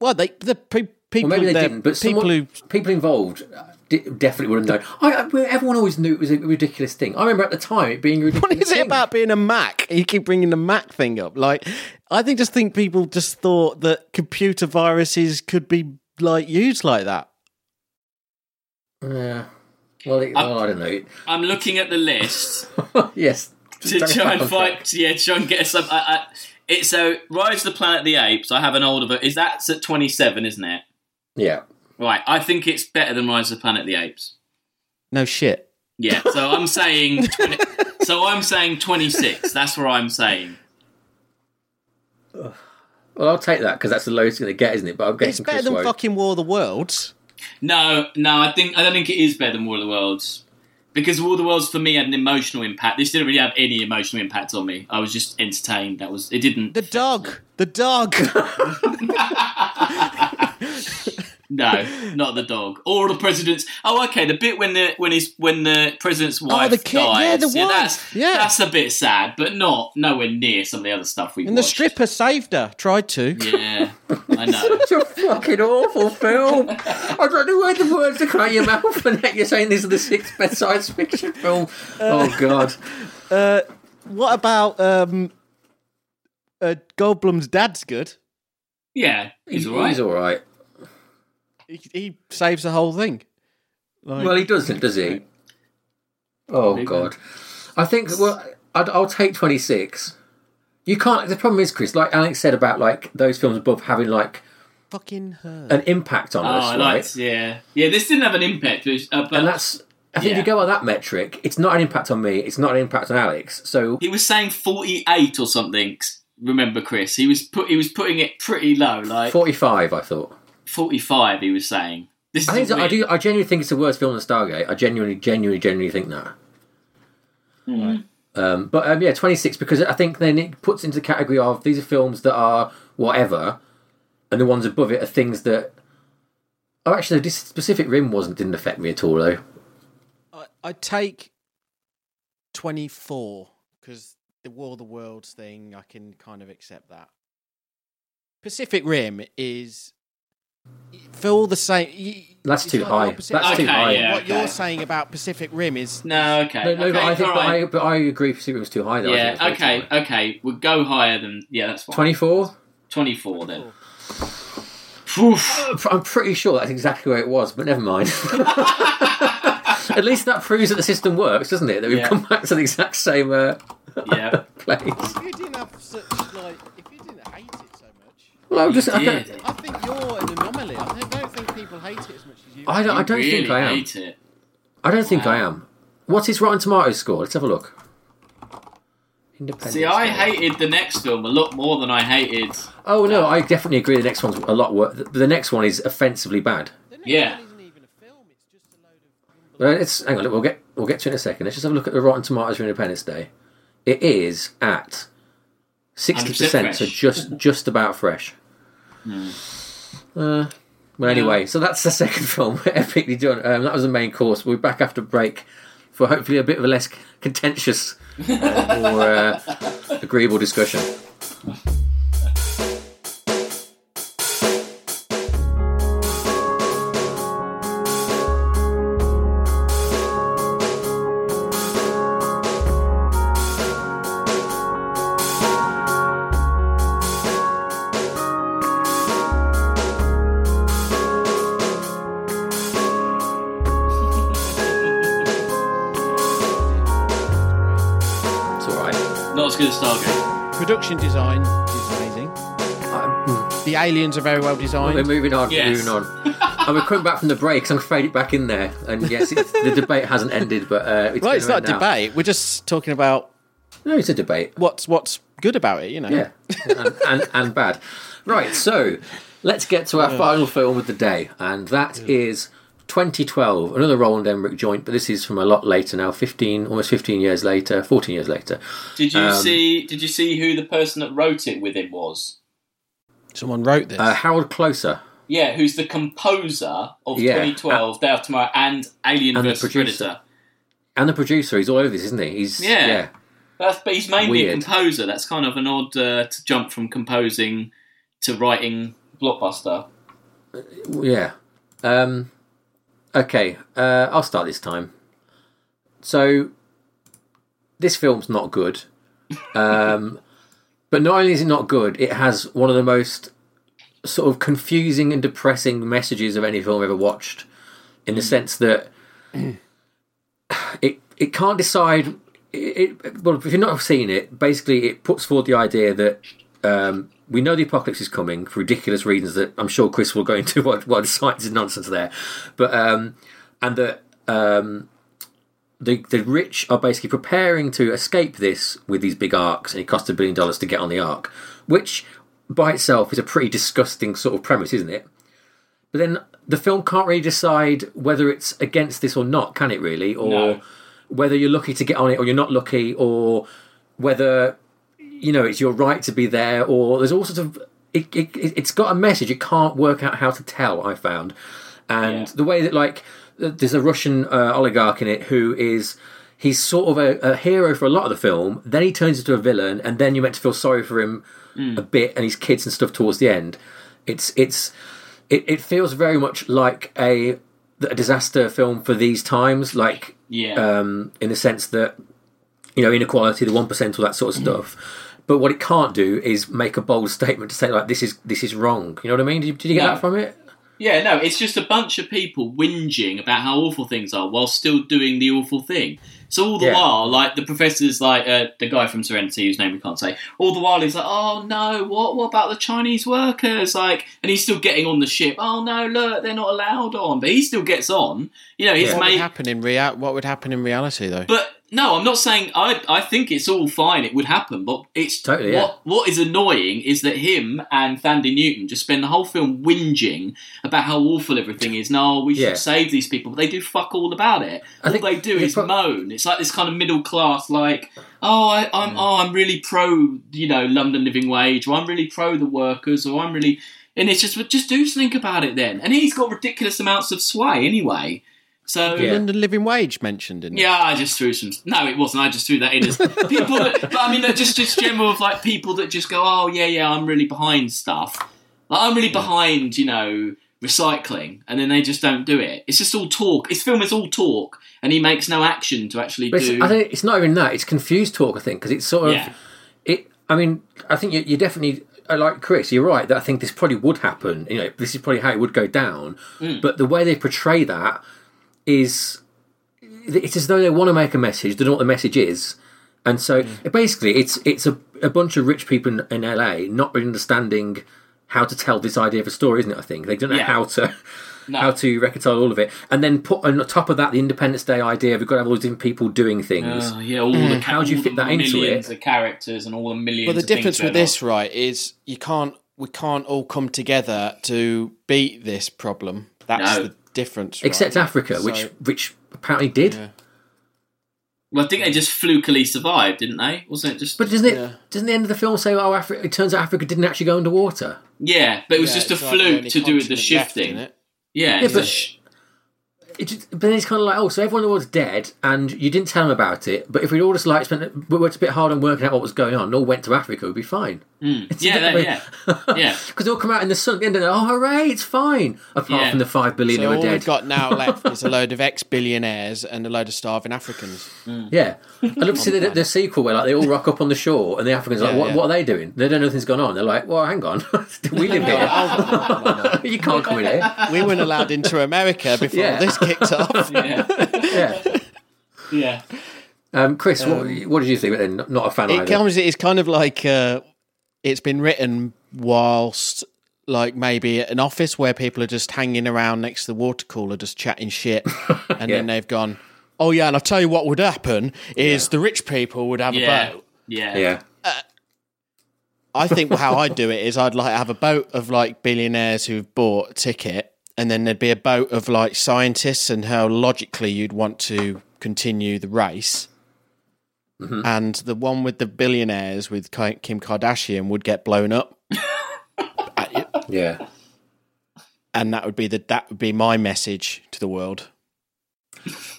Speaker 3: well, they the pe- people.
Speaker 1: Well, maybe they
Speaker 3: the
Speaker 1: didn't, but
Speaker 3: people
Speaker 1: someone-
Speaker 3: who
Speaker 1: people involved uh, di- definitely would have known. I, I, everyone always knew it was a ridiculous thing. I remember at the time it being a ridiculous.
Speaker 3: What is it
Speaker 1: thing.
Speaker 3: about being a Mac? You keep bringing the Mac thing up. Like, I think just think people just thought that computer viruses could be like used like that.
Speaker 1: Yeah. Uh, Well, it, well, I don't know.
Speaker 2: I'm looking at the list.
Speaker 1: yes.
Speaker 2: to
Speaker 1: Don't
Speaker 2: try and
Speaker 1: fuck
Speaker 2: fight.
Speaker 1: up.
Speaker 2: Yeah, try and get us up. I, I, it's so Rise of the Planet of the Apes. I have an older version. Is that's at twenty seven, isn't it?
Speaker 1: Yeah.
Speaker 2: Right. I think it's better than Rise of the Planet of the Apes.
Speaker 3: No shit.
Speaker 2: Yeah. So I'm saying. 20, so I'm saying twenty six. That's what I'm saying.
Speaker 1: Well, I'll take that because that's the lowest it's going to get, isn't it? But I'm guessing
Speaker 3: It's better
Speaker 1: Chris
Speaker 3: than
Speaker 1: won't.
Speaker 3: fucking War of the Worlds.
Speaker 2: No, no. I think I don't think it is better than War of the Worlds. Because War of the Worlds for me had an emotional impact. This didn't really have any emotional impact on me. I was just entertained. That was it. Didn't
Speaker 3: The dog. The dog.
Speaker 2: No, not the dog or the president's. Oh, okay, the bit when the when his when the president's wife
Speaker 3: Oh, the kid-
Speaker 2: dies.
Speaker 3: yeah, the wife,
Speaker 2: That's,
Speaker 3: yeah.
Speaker 2: that's a bit sad, but not nowhere near some of the other stuff we.
Speaker 3: And the stripper saved her. Tried to.
Speaker 2: Yeah, I know.
Speaker 1: It's a fucking awful film. I don't know where the words are coming out of your mouth, and yet you're saying this is the sixth best science fiction film.
Speaker 3: Uh,
Speaker 1: oh god, Uh,
Speaker 3: What about um, uh, Goldblum's dad's good?
Speaker 2: Yeah, he's all right.
Speaker 1: He's all right.
Speaker 3: He, he saves the whole thing. Like,
Speaker 1: Well, he doesn't, does he? Oh god, I think. Well, I'd, I'll take twenty six. You can't. The problem is, Chris, like Alex said about like those films above having like
Speaker 3: fucking her.
Speaker 1: an impact on
Speaker 2: Oh,
Speaker 1: us,
Speaker 2: I
Speaker 1: right?
Speaker 2: liked, yeah, yeah. This didn't have an impact, which- uh, but
Speaker 1: And that's. I think
Speaker 2: Yeah.
Speaker 1: if you go by that metric, it's not an impact on me. It's not an impact on Alex. So
Speaker 2: he was saying forty-eight or something. Remember, Chris? He was put. He was putting it pretty low, like
Speaker 1: forty-five, I thought.
Speaker 2: forty-five. He was saying. This
Speaker 1: I
Speaker 2: is
Speaker 1: think so- I
Speaker 2: weird.
Speaker 1: do. I genuinely think it's the worst film in Stargate. I genuinely, genuinely, genuinely think that.
Speaker 2: Hmm.
Speaker 1: Um, but um, yeah, twenty six because I think then it puts into the category of these are films that are whatever, and the ones above it are things that. Oh, actually, this specific rim wasn't didn't affect me at all though.
Speaker 3: I, I take 24 because the War of the Worlds thing, I can kind of accept that. Pacific Rim is for all the same. y-
Speaker 1: That's
Speaker 3: it's
Speaker 1: too
Speaker 3: like the
Speaker 1: high.
Speaker 3: opposite-
Speaker 1: That's
Speaker 2: too Okay, high. yeah,
Speaker 3: what
Speaker 2: okay.
Speaker 3: you're saying about Pacific Rim is
Speaker 2: No, okay.
Speaker 1: No, no,
Speaker 2: Uh, okay,
Speaker 1: but I think,
Speaker 2: all right.
Speaker 1: but I, but I agree. Pacific Rim's too high though.
Speaker 2: yeah, okay, okay. We'll go higher than yeah, that's fine.
Speaker 1: Twenty four.
Speaker 2: 24 then. Phew.
Speaker 1: I'm pretty sure that's exactly where it was, but never mind. At least that proves that the system works, doesn't it? That we've
Speaker 2: Yeah.
Speaker 1: come back to the exact same uh,
Speaker 2: Yeah.
Speaker 1: place.
Speaker 3: if you didn't have such like if you didn't hate it so much.
Speaker 1: Well, I'm just, I
Speaker 2: Yeah.
Speaker 1: don't,
Speaker 3: I think you're an anomaly. I don't, don't think people hate it as much as you.
Speaker 1: I don't, I don't
Speaker 2: really
Speaker 1: think I am.
Speaker 2: hate it.
Speaker 1: I don't think I am. What's his Rotten Tomatoes score? Let's have a look. Independent.
Speaker 2: See, I
Speaker 1: Day.
Speaker 2: hated the next film a lot more than I hated.
Speaker 1: Oh no, I definitely agree. The next one's a lot worse. The next one is offensively bad.
Speaker 3: The next
Speaker 2: yeah.
Speaker 3: one isn't even a film. It's just a load of.
Speaker 1: Uh, It's, hang on, look, we'll get we'll get to it in a second. Let's just have a look at the Rotten Tomatoes for Independence Day. It is at sixty
Speaker 2: 100%
Speaker 1: percent, so
Speaker 2: fresh.
Speaker 1: just just about fresh. Uh, well, anyway, so that's the second film. Epically done. Um, that was the main course. We're back after break for hopefully a bit of a less contentious uh, or uh, agreeable discussion. It's all right.
Speaker 2: Not as good as Stargate.
Speaker 3: Production design is amazing.
Speaker 1: I'm,
Speaker 3: The aliens are very well
Speaker 1: we're
Speaker 3: designed.
Speaker 1: moving on.
Speaker 2: Yes.
Speaker 1: Moving on. and we're coming back from the break, so I'm going to fade it back in there. And yes, it's, the debate hasn't ended, but uh, it's
Speaker 3: Well,
Speaker 1: gonna
Speaker 3: it's not
Speaker 1: end
Speaker 3: a
Speaker 1: now.
Speaker 3: debate. We're just talking about
Speaker 1: No, it's a debate.
Speaker 3: what's what's good about it, you know.
Speaker 1: Yeah, and, and, and bad. Right, so let's get to our final film of the day, and that is 2012, another Roland Emmerich joint, but this is from a lot later now, 15, almost 15 years later, 14 years later.
Speaker 2: Did you
Speaker 1: Um,
Speaker 2: see did you see who the person that wrote it with him was?
Speaker 3: Someone wrote this.
Speaker 1: Uh, Harold Closer
Speaker 2: Yeah, who's the composer of
Speaker 1: Yeah.
Speaker 2: 2012, Day After Tomorrow, and Alien
Speaker 1: And the
Speaker 2: vs
Speaker 1: producer.
Speaker 2: Predator.
Speaker 1: and the producer, he's all over this, isn't he? He's
Speaker 2: Yeah.
Speaker 1: yeah.
Speaker 2: That's, but he's mainly
Speaker 1: Weird.
Speaker 2: a composer. That's kind of an odd uh, to jump from composing to writing blockbuster.
Speaker 1: Yeah. Um, okay, uh, I'll start this time. So, this film's not good. Um, but not only is it not good, it has one of the most sort of confusing and depressing messages of any film I've ever watched. In the sense that it it can't decide. It, it, well, if you've not seen it, basically it puts forward the idea that um, we know the apocalypse is coming for ridiculous reasons that I'm sure Chris will go into what what science is nonsense there, but um, and that um, the the rich are basically preparing to escape this with these big arcs, and it costs a billion dollars to get on the arc, which by itself is a pretty disgusting sort of premise, isn't it? But then the film can't really decide whether it's against this or not, can it really? Or
Speaker 2: No.
Speaker 1: whether you're lucky to get on it or you're not lucky, or whether you know it's your right to be there, or there's all sorts of it, it, it- it's got a message you can't work out how to tell i found and
Speaker 2: Yeah.
Speaker 1: the way that like th- there's a russian uh, oligarch in it who is he's sort of a, a hero for a lot of the film then he turns into a villain and then you're meant to feel sorry for him a bit and his kids and stuff towards the end it's it's it, it feels very much like a a disaster film for these times like
Speaker 2: Yeah.
Speaker 1: um, in the sense that you know inequality, the one percent, all that sort of stuff. But what it can't do is make a bold statement to say like this is this is wrong. You know what I mean? Did you, did you get
Speaker 2: No.
Speaker 1: that from it?
Speaker 2: Yeah, no, it's just a bunch of people whinging about how awful things are while still doing the awful thing. So all the
Speaker 1: Yeah.
Speaker 2: while, like the professor's like uh, the guy from Serenity whose name we can't say. All the while he's like, "Oh no, what? What about the Chinese workers?" Like, and he's still getting on the ship. "Oh no, look, they're not allowed on," but he still gets on. You know, his
Speaker 1: Yeah.
Speaker 3: What would
Speaker 2: mate.
Speaker 3: happen in rea- What would happen in reality though?
Speaker 2: But no, I'm not saying I. I think it's all fine. It would happen, but it's
Speaker 1: Totally,
Speaker 2: What What is annoying is that him and Thandi Newton just spend the whole film whinging about how awful everything is. No, we should
Speaker 1: Yeah.
Speaker 2: save these people, but they do fuck all about it.
Speaker 1: I
Speaker 2: all
Speaker 1: think
Speaker 2: they do
Speaker 1: they
Speaker 2: is
Speaker 1: prob-
Speaker 2: moan. It's like this kind of middle class, like oh, I,
Speaker 1: Mm.
Speaker 2: I'm oh, I'm really pro, you know, London Living Wage, or I'm really pro the workers, or I'm really. And it's just, well, just do something about it then. And he's got ridiculous amounts of sway anyway. So
Speaker 1: Yeah.
Speaker 3: London living wage mentioned in. it.
Speaker 2: yeah, I just threw some. No, it wasn't. I just threw that in as people that. But I mean, that just just general of like people that just go, oh yeah, yeah, I'm really behind stuff. Like I'm really behind, you know, recycling, and then they just don't do it. It's just all talk. His film is all talk, and he makes no action to actually
Speaker 1: But
Speaker 2: do.
Speaker 1: it's, I don't, it's not even that. It's confused talk. I think because it's sort of
Speaker 2: yeah,
Speaker 1: it. I mean, I think you, you definitely. I Like Chris, you're right that I think this probably would happen. You know, this is probably how it would go down.
Speaker 3: Mm.
Speaker 1: But the way they portray that is it's as though they want to make a message. They don't know what the message is, and so
Speaker 3: Mm.
Speaker 1: basically, it's it's a, a bunch of rich people in, in LA not really understanding how to tell this idea of a story, isn't it? I think they don't know
Speaker 2: Yeah.
Speaker 1: how to how to reconcile all of it, and then put on top of that the Independence Day idea. We've got to have all these different people doing things.
Speaker 2: Oh, yeah. All the
Speaker 1: How do you
Speaker 2: all
Speaker 1: fit
Speaker 2: the
Speaker 1: that into
Speaker 2: millions
Speaker 1: it?
Speaker 2: of characters and all the millions.
Speaker 3: Well, the
Speaker 2: of things
Speaker 3: difference with
Speaker 2: going on.
Speaker 3: this, right, is you can't we can't all come together to beat this problem. That's
Speaker 2: No.
Speaker 3: the difference. right?
Speaker 1: Except Africa, which
Speaker 3: So-
Speaker 1: which apparently did.
Speaker 3: Yeah.
Speaker 2: well, I think they just flukily survived, didn't they? Wasn't it just?
Speaker 1: But doesn't it?
Speaker 3: Yeah.
Speaker 1: Doesn't the end of the film say, "Oh, Africa"? It turns out Africa didn't actually go underwater.
Speaker 2: yeah, but it was
Speaker 3: Yeah,
Speaker 2: just a
Speaker 3: it's like the
Speaker 2: fluke
Speaker 3: only
Speaker 2: to do with the
Speaker 3: continent left,
Speaker 2: shifting.
Speaker 3: isn't it?
Speaker 2: Yeah, it's
Speaker 1: but-
Speaker 2: a sh-
Speaker 1: It just, but then it's kind of like, oh, so everyone in the world's dead, and you didn't tell them about it. But if we'd all just like spent, we worked a bit hard on working out what was going on, and all went to Africa, we'd be fine.
Speaker 2: yeah, that, yeah, yeah.
Speaker 1: Because they all come out in the sun at the end, and they're, oh, hooray, it's fine. Apart
Speaker 2: Yeah.
Speaker 1: from the five billion
Speaker 3: So
Speaker 1: who
Speaker 3: all
Speaker 1: are dead.
Speaker 3: we've got now left is a load of ex-billionaires and a load of starving Africans.
Speaker 1: Yeah, I'd love to see the, the sequel where like they all rock up on the shore, and the Africans are like,
Speaker 3: Yeah,
Speaker 1: what,
Speaker 3: yeah.
Speaker 1: what are they doing? They don't know nothing's gone on. They're like, well, hang on, we live here. you can't come in here.
Speaker 3: we weren't allowed into America before
Speaker 1: Yeah.
Speaker 3: this kicked off.
Speaker 2: yeah,
Speaker 1: Yeah,
Speaker 2: yeah.
Speaker 1: um, Chris, what, what did you think? Then not a fan
Speaker 3: It
Speaker 1: either.
Speaker 3: comes. It's kind of like uh, it's been written whilst, like maybe at an office where people are just hanging around next to the water cooler, just chatting shit, and
Speaker 1: Yeah.
Speaker 3: then they've gone. Oh yeah, and I'll tell you what would happen is the rich people would have a
Speaker 2: yeah.
Speaker 3: boat.
Speaker 2: yeah.
Speaker 1: yeah,
Speaker 3: I think how I'd do it is I'd like have a boat of like billionaires who've bought a ticket, and then there'd be a boat of like scientists and how logically you'd want to continue the race.
Speaker 1: Mm-hmm.
Speaker 3: And the one with the billionaires with Ki- Kim Kardashian would get blown up,
Speaker 1: yeah.
Speaker 3: and that would be the that would be my message to the world.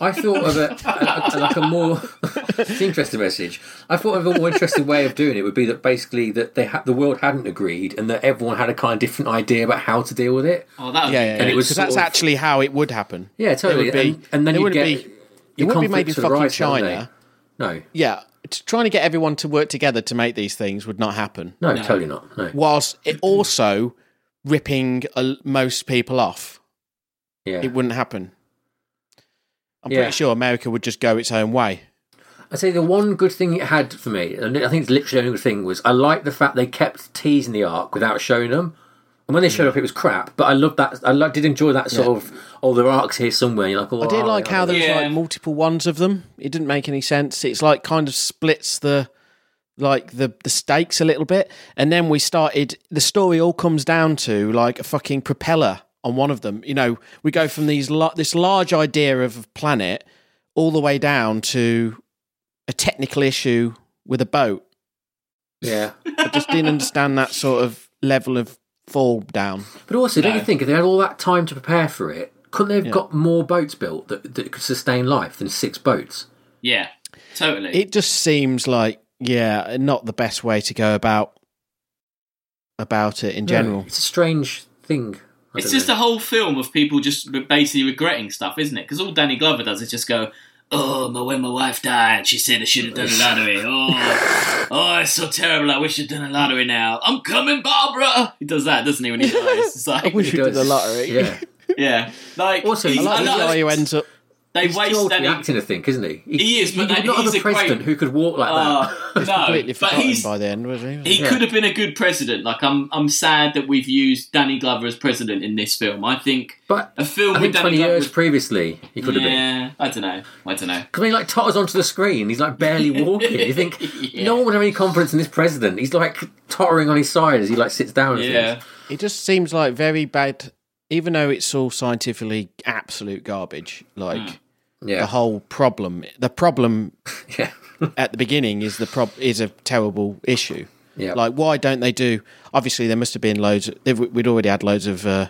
Speaker 1: I thought of a, a- a- like a more it's an interesting message. I thought of a more interesting way of doing it would be that basically that they ha- the world hadn't agreed and that everyone had a kind of different idea about how to deal with it.
Speaker 2: Oh, that would
Speaker 3: Yeah,
Speaker 2: yeah,
Speaker 3: yeah,
Speaker 1: And it was
Speaker 3: because
Speaker 1: sort
Speaker 3: that's
Speaker 1: of-
Speaker 3: actually how it would happen.
Speaker 1: Yeah, totally.
Speaker 3: It would be-
Speaker 1: and, and then
Speaker 3: it
Speaker 1: you
Speaker 3: would
Speaker 1: get
Speaker 3: be-
Speaker 1: your
Speaker 3: wouldn't be
Speaker 1: conflicts
Speaker 3: made in
Speaker 1: would
Speaker 3: fucking
Speaker 1: arise, wouldn't
Speaker 3: China.
Speaker 1: they? No,
Speaker 3: Yeah, t- trying to get everyone to work together to make these things would not happen.
Speaker 1: no, totally not. No,
Speaker 3: whilst it also ripping uh, most people off.
Speaker 1: yeah.
Speaker 3: It wouldn't happen. I'm
Speaker 1: Yeah.
Speaker 3: pretty sure America would just go its own way.
Speaker 1: I'd say the one good thing it had for me, and I think it's literally the only good thing, was I liked the fact they kept teasing the arc without showing them. And when they showed up, it was crap. But I loved that. I like, did enjoy that sort of. Oh, there are arcs here somewhere. and You're like, oh,
Speaker 3: I did
Speaker 1: are
Speaker 3: like
Speaker 1: they,
Speaker 3: how
Speaker 1: are they?
Speaker 3: there was
Speaker 2: Yeah.
Speaker 3: like multiple ones of them. It didn't make any sense. It's like kind of splits the like the the stakes a little bit, and then we started. The story all comes down to like a fucking propeller on one of them. You know, we go from these la- this large idea of a planet all the way down to a technical issue with a boat.
Speaker 1: yeah.
Speaker 3: I just didn't understand that sort of level of fall down.
Speaker 1: But also, don't
Speaker 2: No.
Speaker 1: you think if they had all that time to prepare for it, couldn't they have got more boats built that, that could sustain life than six boats?
Speaker 2: Yeah, totally.
Speaker 3: It just seems like yeah, not the best way to go about about
Speaker 2: Hmm.
Speaker 3: it in general.
Speaker 1: It's a strange thing. I
Speaker 2: it's
Speaker 1: don't
Speaker 2: just
Speaker 1: know.
Speaker 2: a whole film of people just re- basically regretting stuff, isn't it? Because all Danny Glover does is just go, "Oh, my, when my wife died, she said I should have done a lottery. Oh, oh, it's so terrible. I wish I'd done a lottery now. I'm coming, Barbara." He does that, doesn't he? When he dies, it's like,
Speaker 1: It
Speaker 3: wish we'd done
Speaker 1: does.
Speaker 3: the lottery.
Speaker 1: Yeah.
Speaker 2: yeah, like
Speaker 1: Also, I
Speaker 2: he's-
Speaker 3: I like
Speaker 2: I
Speaker 3: the
Speaker 2: know,
Speaker 3: guy who ends up.
Speaker 2: they
Speaker 1: He's too
Speaker 2: waste
Speaker 1: old to be
Speaker 2: Danny.
Speaker 1: acting, I think, isn't he? He,
Speaker 2: He is,
Speaker 1: you
Speaker 2: but
Speaker 1: would
Speaker 2: that-
Speaker 1: not
Speaker 2: he's
Speaker 1: have a
Speaker 2: a great-
Speaker 1: president who could walk like that.
Speaker 2: Uh, no,
Speaker 3: completely
Speaker 2: but
Speaker 3: forgotten
Speaker 2: he's
Speaker 3: by the end, was he?
Speaker 2: He
Speaker 1: Yeah.
Speaker 2: could have been a good president. Like I'm, I'm sad that we've used Danny Glover as president in this film. I think
Speaker 1: But
Speaker 2: a film
Speaker 1: I
Speaker 2: with
Speaker 1: think
Speaker 2: Danny
Speaker 1: twenty
Speaker 2: Glover.
Speaker 1: years previously, he could have been.
Speaker 2: yeah, I don't know. I don't know.
Speaker 1: Because he like totters onto the screen, he's like barely walking. You think
Speaker 2: Yeah.
Speaker 1: no one would have any confidence in this president. He's like tottering on his side as he like sits down. and
Speaker 2: Yeah,
Speaker 1: things.
Speaker 3: It just seems like very bad, even though it's all scientifically absolute garbage. Like
Speaker 2: Hmm.
Speaker 3: the
Speaker 1: yeah,
Speaker 3: whole problem, the problem
Speaker 1: yeah,
Speaker 3: at the beginning is the prob is a terrible issue.
Speaker 1: yeah.
Speaker 3: Like, why don't they do? Obviously, there must have been loads. they've- We'd already had loads of uh,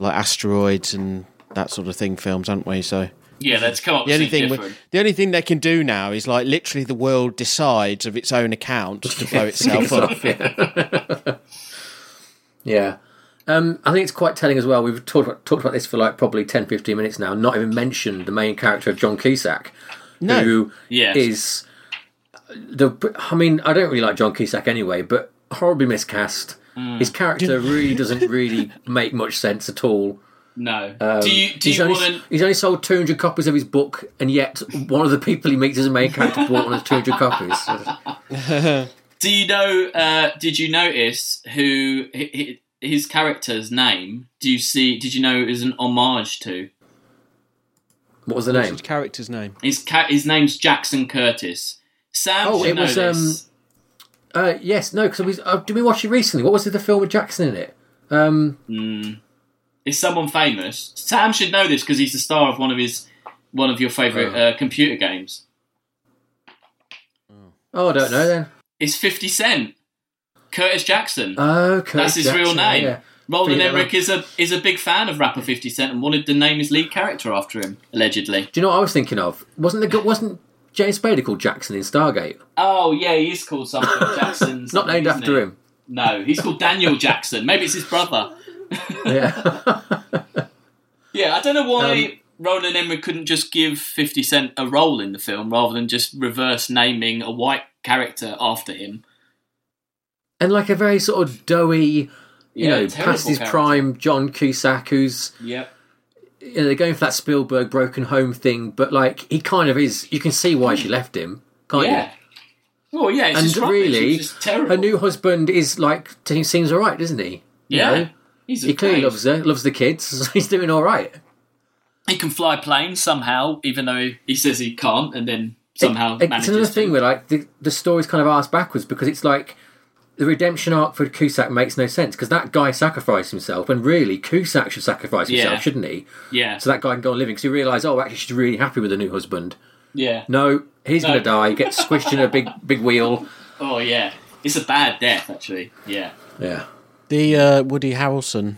Speaker 3: like asteroids and that sort of thing films, haven't we? So
Speaker 2: yeah. That's come up.
Speaker 3: the only
Speaker 2: with
Speaker 3: thing
Speaker 2: something
Speaker 3: we-
Speaker 2: different.
Speaker 3: the only thing they can do now is like literally the world decides of its own account to blow itself up.
Speaker 1: Yeah. Um, I think it's quite telling as well. We've talked about, talked about this for like probably 10, 15 minutes now, not even mentioned the main character of John Cusack,
Speaker 3: No.
Speaker 1: who
Speaker 2: Yes.
Speaker 1: is the. I mean, I don't really like John Cusack anyway, but horribly miscast.
Speaker 2: Mm.
Speaker 1: His character really doesn't really make much sense at all.
Speaker 2: No. do you do
Speaker 1: um, He's
Speaker 2: you
Speaker 1: only,
Speaker 2: want to?
Speaker 1: he's only sold 200 copies of his book, and yet one of the people he meets as a main character bought one of the 200 copies.
Speaker 2: Do you know? Uh, did you notice who hi- hi- his character's name? Do you see? Did you know it was an homage to
Speaker 1: What was the
Speaker 3: What's
Speaker 1: name?
Speaker 3: his character's name?
Speaker 2: his cat? His name's Jackson Curtis. Sam
Speaker 1: Oh,
Speaker 2: should
Speaker 1: it
Speaker 2: know
Speaker 1: was,
Speaker 2: this.
Speaker 1: um, Uh, yes, no, because uh, did we watch it recently? What was the film with Jackson in it? Um,
Speaker 2: is someone famous. Sam should know this because he's the star of one of his one of your favorite uh, computer games.
Speaker 1: oh, I don't know then.
Speaker 2: It's Fifty Cent, Curtis Jackson.
Speaker 1: Oh, Okay,
Speaker 2: That's his real name. Roland
Speaker 1: Figured it
Speaker 2: Emmerich is a is a big fan of rapper Fifty Cent and wanted to name his lead character after him allegedly.
Speaker 1: Do you know what I was thinking of? Wasn't the gu- wasn't James Spader called Jackson in Stargate?
Speaker 2: Oh yeah, he is called something Jackson.
Speaker 1: Not
Speaker 2: something,
Speaker 1: named
Speaker 2: isn't
Speaker 1: after
Speaker 2: he?
Speaker 1: him.
Speaker 2: No, he's called Daniel Jackson. Maybe it's his brother.
Speaker 1: Yeah,
Speaker 2: Yeah, I don't know why
Speaker 1: Um,
Speaker 2: Roland Emmerich couldn't just give Fifty Cent a role in the film rather than just reverse naming a white character after him.
Speaker 1: and like a very sort of doughy, you
Speaker 2: Yeah,
Speaker 1: know,
Speaker 2: terrible
Speaker 1: past his
Speaker 2: character.
Speaker 1: prime John Cusack, who's
Speaker 2: Yep.
Speaker 1: you know, they're going for that Spielberg broken home thing, but like he kind of is. You can see why she left him, can't you?
Speaker 2: Yeah. Well, yeah, it's
Speaker 1: And
Speaker 2: just rubbish.
Speaker 1: really,
Speaker 2: it's just terrible.
Speaker 1: Her new husband is like he seems all right, doesn't he? You
Speaker 2: yeah,
Speaker 1: know?
Speaker 2: he's a
Speaker 1: he clearly
Speaker 2: plane.
Speaker 1: loves her, loves the kids. so he's doing all right.
Speaker 2: He can fly planes somehow, even though he says he can't, and then somehow
Speaker 1: It- it's
Speaker 2: manages.
Speaker 1: another
Speaker 2: to.
Speaker 1: thing where like the, the story's kind of asked backwards because it's like the redemption arc for Cusack makes no sense because that guy sacrificed himself and really Cusack should sacrifice himself,
Speaker 2: Yeah.
Speaker 1: shouldn't he?
Speaker 2: Yeah,
Speaker 1: So that guy can go on living because you realise, oh, actually she's really happy with her new husband.
Speaker 2: yeah.
Speaker 1: No, he's
Speaker 2: No.
Speaker 1: going to die, get squished in a big big wheel.
Speaker 2: Oh, yeah. It's a bad death, actually. Yeah.
Speaker 1: Yeah,
Speaker 3: The uh, Woody Harrelson.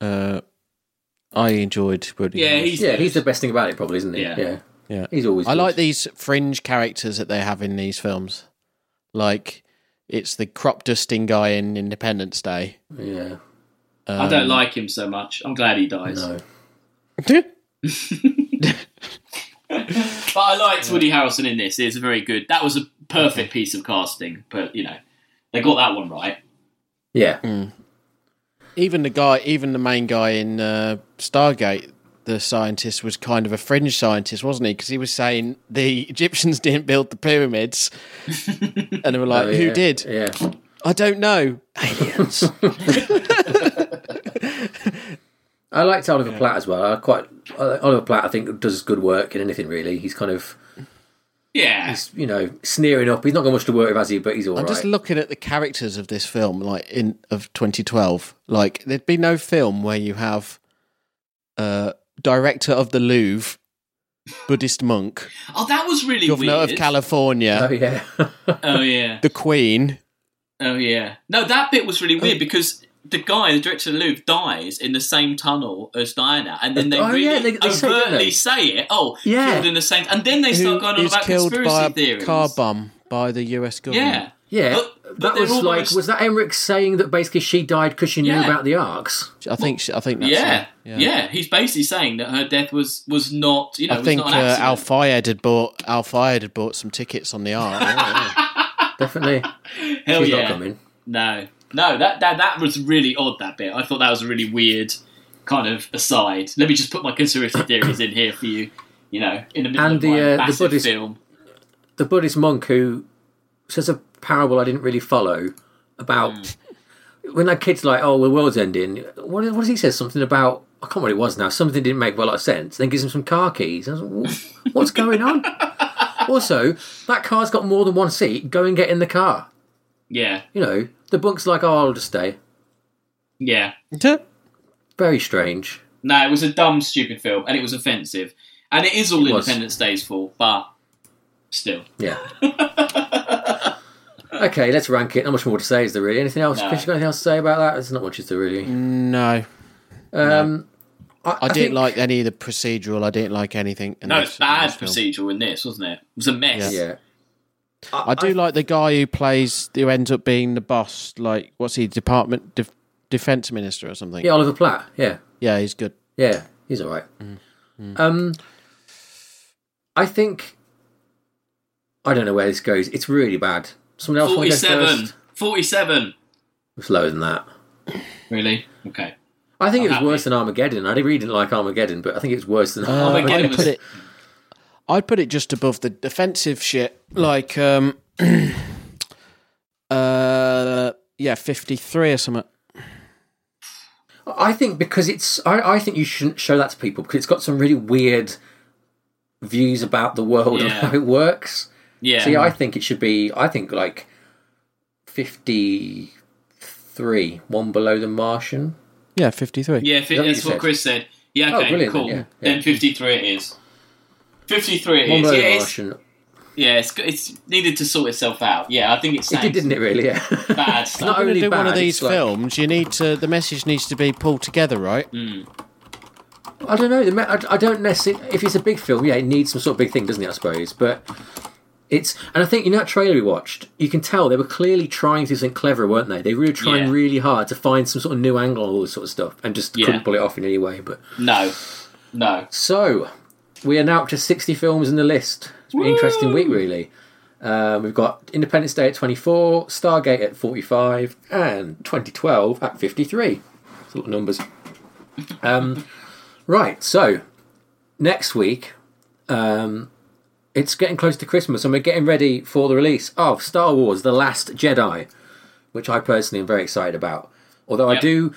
Speaker 3: Uh, I enjoyed Woody.
Speaker 2: Yeah,
Speaker 3: Harrelson.
Speaker 2: he's
Speaker 1: yeah, he's the best thing about it, probably, isn't he?
Speaker 2: Yeah.
Speaker 3: Yeah.
Speaker 1: he's always.
Speaker 3: I
Speaker 1: good.
Speaker 3: like these fringe characters that they have in these films. Like it's the crop dusting guy in Independence Day.
Speaker 1: Yeah,
Speaker 2: I don't like him so much. I'm glad he dies.
Speaker 1: Um, no,
Speaker 2: But I liked Woody Harrelson in this. It's very good. That was a perfect piece of casting, but, you know, they got that one right.
Speaker 1: yeah,
Speaker 3: Mm. even the guy, even the main guy in uh, Stargate, the scientist was kind of a fringe scientist, wasn't he? Because he was saying the Egyptians didn't build the pyramids, and they were like,
Speaker 1: Oh,
Speaker 3: "Who
Speaker 1: yeah.
Speaker 3: did?
Speaker 1: Yeah,
Speaker 3: I don't know. Aliens."
Speaker 1: I liked Oliver Platt as well. I quite I- Oliver Platt. I think does good work in anything really. He's kind of
Speaker 2: Yeah.
Speaker 1: you know, sneering up. He's not got much to work with, has he? But he's all
Speaker 3: I'm
Speaker 1: right.
Speaker 3: just looking at the characters of this film, like in of 2012. Like there'd be no film where you have uh, director of the Louvre, Buddhist monk,
Speaker 2: oh, that was really
Speaker 3: governor
Speaker 2: weird.
Speaker 3: of California,
Speaker 1: Oh yeah,
Speaker 2: oh, yeah.
Speaker 3: the Queen,
Speaker 2: Oh yeah. No, that bit was really
Speaker 1: Oh.
Speaker 2: weird because the guy, the director of the Louvre, dies in the same tunnel as Diana, and then they
Speaker 1: Oh,
Speaker 2: really
Speaker 1: yeah, they- they say, don't
Speaker 2: overtly
Speaker 1: they?
Speaker 2: say, it. Oh,
Speaker 1: Yeah.
Speaker 2: killed in the same. And then they start going on
Speaker 3: is
Speaker 2: about
Speaker 3: killed
Speaker 2: conspiracy
Speaker 3: by a
Speaker 2: theories.
Speaker 3: car bomb by the US government.
Speaker 2: yeah.
Speaker 1: Yeah,
Speaker 2: But- but
Speaker 1: that
Speaker 2: they're
Speaker 1: was like
Speaker 2: almost-
Speaker 1: was that Emmerich saying that basically she died because she knew
Speaker 2: Yeah.
Speaker 1: about the arcs?
Speaker 3: I think she- I think that's
Speaker 2: Yeah.
Speaker 3: her.
Speaker 2: yeah, He's basically saying that her death was was not, you know,
Speaker 3: I
Speaker 2: was
Speaker 3: think
Speaker 2: not
Speaker 3: uh,
Speaker 2: an accident.
Speaker 3: Al Fayed had bought Al Fayed had bought some tickets on the art.
Speaker 1: Definitely,
Speaker 2: Hell
Speaker 1: she's
Speaker 2: Oh, yeah.
Speaker 1: not coming.
Speaker 2: No, no, that, that that was really odd. That bit, I thought that was a really weird kind of aside. Let me just put my conspiracy theories in here for you. You know, in the middle
Speaker 1: And
Speaker 2: of
Speaker 1: the,
Speaker 2: my
Speaker 1: uh, the
Speaker 2: massive
Speaker 1: Buddhist-
Speaker 2: film.
Speaker 1: The Buddhist monk who says a parable I didn't really follow about
Speaker 3: Hmm.
Speaker 1: when that kid's like, "Oh, the world's ending." What, what does he say? Something about I can't remember what it was now. Something didn't make a lot of sense. Then gives him some car keys. I was like, "Wha- What's going on? also, that car's got more than one seat. Go and get in the car.
Speaker 2: Yeah,
Speaker 1: You know, the bunk's like, "Oh, I'll just stay."
Speaker 2: yeah.
Speaker 3: yeah.
Speaker 1: Very strange.
Speaker 2: No, it was a dumb, stupid film, and it was offensive, and it is all
Speaker 1: It was.
Speaker 2: Independence Day's fault, but still,
Speaker 1: Yeah. okay, let's rank it. Not much more to say, is there really? Anything else?
Speaker 2: No.
Speaker 1: Chris, you got anything else to say about that? There's not much, is there really?
Speaker 3: No.
Speaker 1: Um,
Speaker 3: Mm. I, didn't
Speaker 1: think-
Speaker 3: like any of the procedural. I didn't like anything. in
Speaker 2: no,
Speaker 3: this-
Speaker 2: it's
Speaker 3: in
Speaker 2: bad
Speaker 3: this film.
Speaker 2: procedural in this, wasn't it? It was a mess.
Speaker 1: Yeah.
Speaker 3: I do like the guy who plays, who ends up being the boss. Like, what's he? Department def, Defense Minister or something.
Speaker 1: Yeah, Oliver Platt. Yeah.
Speaker 3: Yeah, he's good.
Speaker 1: Yeah, he's all right. Um, I think. I don't know where this goes. It's really bad. Someone else want to go
Speaker 2: 47.
Speaker 1: first?
Speaker 2: 47.
Speaker 1: It's lower than that.
Speaker 2: Really? Okay.
Speaker 1: I think it was
Speaker 2: happy.
Speaker 1: worse than Armageddon. I really didn't like Armageddon, but I think it's worse than
Speaker 3: Uh,
Speaker 1: Armageddon.
Speaker 2: Armageddon
Speaker 3: I'd
Speaker 2: was-
Speaker 3: put it. I'd put it just above the defensive shit. Like, um, uh, yeah, fifty-three or something.
Speaker 1: I think because it's, I, I think you shouldn't show that to people because it's got some really weird views about the world and
Speaker 2: Yeah.
Speaker 1: how it works.
Speaker 2: Yeah.
Speaker 1: So yeah, I think it should be, I think like 53, one below the Martian.
Speaker 3: Yeah, fifty-three.
Speaker 2: Yeah, fi-
Speaker 1: that what
Speaker 2: that's
Speaker 1: you
Speaker 2: what
Speaker 1: said?
Speaker 2: Chris said. Yeah,
Speaker 1: Oh,
Speaker 2: okay,
Speaker 1: brilliant then,
Speaker 2: cool.
Speaker 1: yeah, yeah.
Speaker 2: Then 53 it is. 53 it
Speaker 1: One
Speaker 2: is.
Speaker 1: below
Speaker 2: Yeah,
Speaker 1: the
Speaker 2: it's,
Speaker 1: Martian.
Speaker 2: yeah it's, it's needed to sort itself out. Yeah, I think it's
Speaker 1: It did,
Speaker 2: sank-
Speaker 1: didn't it really? Yeah.
Speaker 2: bad
Speaker 1: not
Speaker 2: stuff.
Speaker 1: only
Speaker 3: to do one
Speaker 1: bad,
Speaker 3: of these
Speaker 1: it's like-
Speaker 3: films, you need to. The message needs to be pulled together, right?
Speaker 1: Mm. I don't know. the me- I I don't necessarily. If it's a big film, yeah, it needs some sort of big thing, doesn't it? I suppose, but it's. And I think you know that trailer we watched. You can tell they were clearly trying to do something clever, weren't they? They were trying
Speaker 2: Yeah.
Speaker 1: really hard to find some sort of new angle on all this sort of stuff, and just
Speaker 2: Yeah.
Speaker 1: couldn't pull it off in any way. But
Speaker 2: No. No.
Speaker 1: so we are now up to sixty films in the list. It's been an interesting week, really. Um, we've got Independence Day at twenty-four, Stargate at forty-five, and twenty twelve at fifty-three. It's a lot of numbers. Um, right, so next week, um, it's getting close to Christmas, and we're getting ready for the release of Star Wars: The Last Jedi, which I personally am very excited about. Although I
Speaker 2: Yep.
Speaker 1: do,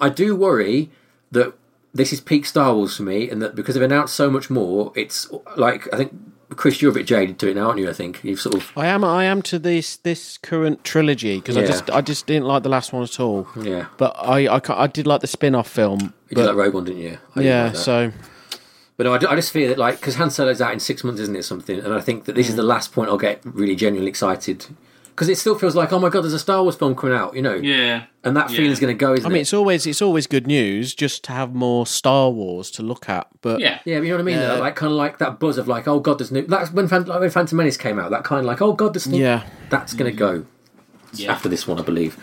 Speaker 1: I do worry that this is peak Star Wars for me, and that because they've announced so much more, it's like I think Chris, you're a bit jaded to it now, aren't you? I think you've sort of
Speaker 3: I am. I am to this this current trilogy because I
Speaker 1: Yeah.
Speaker 3: just I just didn't like the last one at all.
Speaker 1: yeah,
Speaker 3: But I I, ca- I did like the spin-off film.
Speaker 1: you
Speaker 3: but-
Speaker 1: did like Rogue One, didn't you? I didn't
Speaker 3: yeah,
Speaker 1: like that.
Speaker 3: so
Speaker 1: But no, I, ju- I just feel that like because Han Solo's out in six months, isn't it? or Something, and I think that this
Speaker 3: Hmm.
Speaker 1: is the last point I'll get really genuinely excited because it still feels like oh my god, there's a Star Wars film coming out, you know?
Speaker 2: Yeah.
Speaker 1: And that feeling's going to go, isn't
Speaker 3: I mean,
Speaker 1: it?
Speaker 3: it's always it's always good news just to have more Star Wars to look at. But
Speaker 2: Yeah.
Speaker 1: Yeah, but you know what I mean. though? Like kind of like that buzz of like oh god, there's new. That's when Fan- like when Phantom Menace came out. That kind of like oh god, there's new.
Speaker 3: yeah,
Speaker 1: That's going to go
Speaker 2: Yeah.
Speaker 1: after this one, I believe.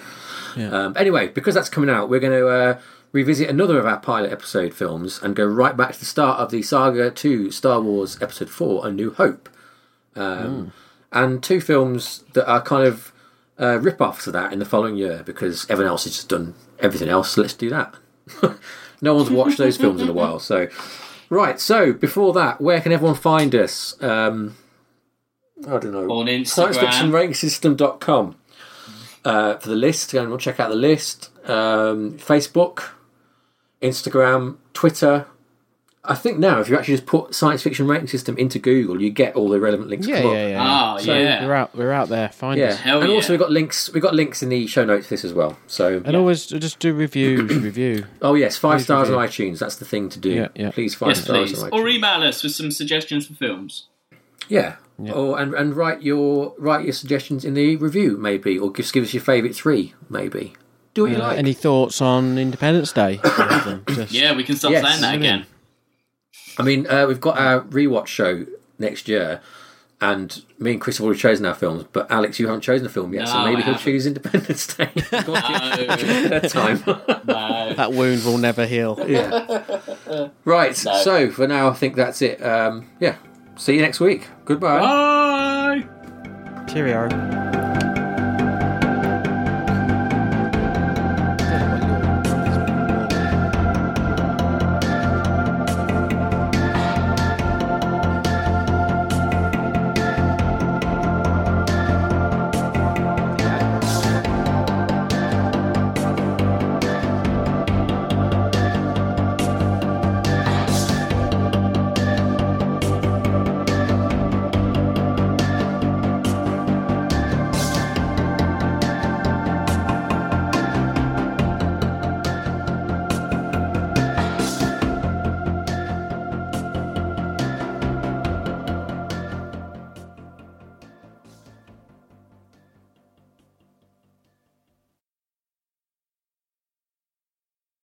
Speaker 3: Yeah.
Speaker 1: Um, anyway, because that's coming out, we're going to uh, revisit another of our pilot episode films and go right back to the start of the saga to Star Wars Episode 4 A New Hope. Um, And two films that are kind of uh, rip offs of that in the following year because everyone else has just done everything else, so let's do that. no one's watched those films in a while, so. Right, so before that, where can everyone find us? Um, I don't know.
Speaker 2: On Instagram.
Speaker 1: ScienceFictionRankingsystem.com uh, for the list. Go and we'll check out the list. Um, Facebook, Instagram, Twitter. I think now, if you actually just put science fiction ranking system into Google, you get all the relevant links.
Speaker 3: yeah,
Speaker 1: come
Speaker 3: yeah,
Speaker 1: up.
Speaker 3: yeah.
Speaker 2: Ah,
Speaker 3: So
Speaker 2: yeah.
Speaker 3: we're out we're out there. Find
Speaker 1: Yeah.
Speaker 3: us
Speaker 2: Hell
Speaker 1: and also
Speaker 2: yeah.
Speaker 1: we've got links. We've got links in the show notes for this as well. So
Speaker 3: and always just do reviews. review.
Speaker 1: oh yes, five stars on iTunes. That's the thing to do.
Speaker 3: Yeah, yeah.
Speaker 1: Please five
Speaker 2: Yes,
Speaker 1: stars
Speaker 2: please. e-
Speaker 1: on iTunes.
Speaker 2: Or email us with some suggestions for films.
Speaker 1: yeah, Or and, and write your write your suggestions in the review maybe, or just give us your favourite three maybe. Do what you
Speaker 3: Uh,
Speaker 1: like.
Speaker 3: any thoughts on Independence Day? Just-
Speaker 2: Yeah, we can start
Speaker 1: Yes.
Speaker 2: saying that again.
Speaker 1: I mean, uh, we've got our rewatch show next year, and me and Chris have already chosen our films, but Alex, you haven't chosen a film yet, so
Speaker 2: No,
Speaker 1: maybe
Speaker 2: I
Speaker 1: he'll
Speaker 2: haven't.
Speaker 1: choose Independence Day.
Speaker 2: No,
Speaker 1: That time.
Speaker 2: no.
Speaker 3: That wound will never heal.
Speaker 1: yeah. Right,
Speaker 2: No.
Speaker 1: so for now, I think that's it. Um, yeah. See you next week. Goodbye.
Speaker 2: Bye.
Speaker 3: Cheerio.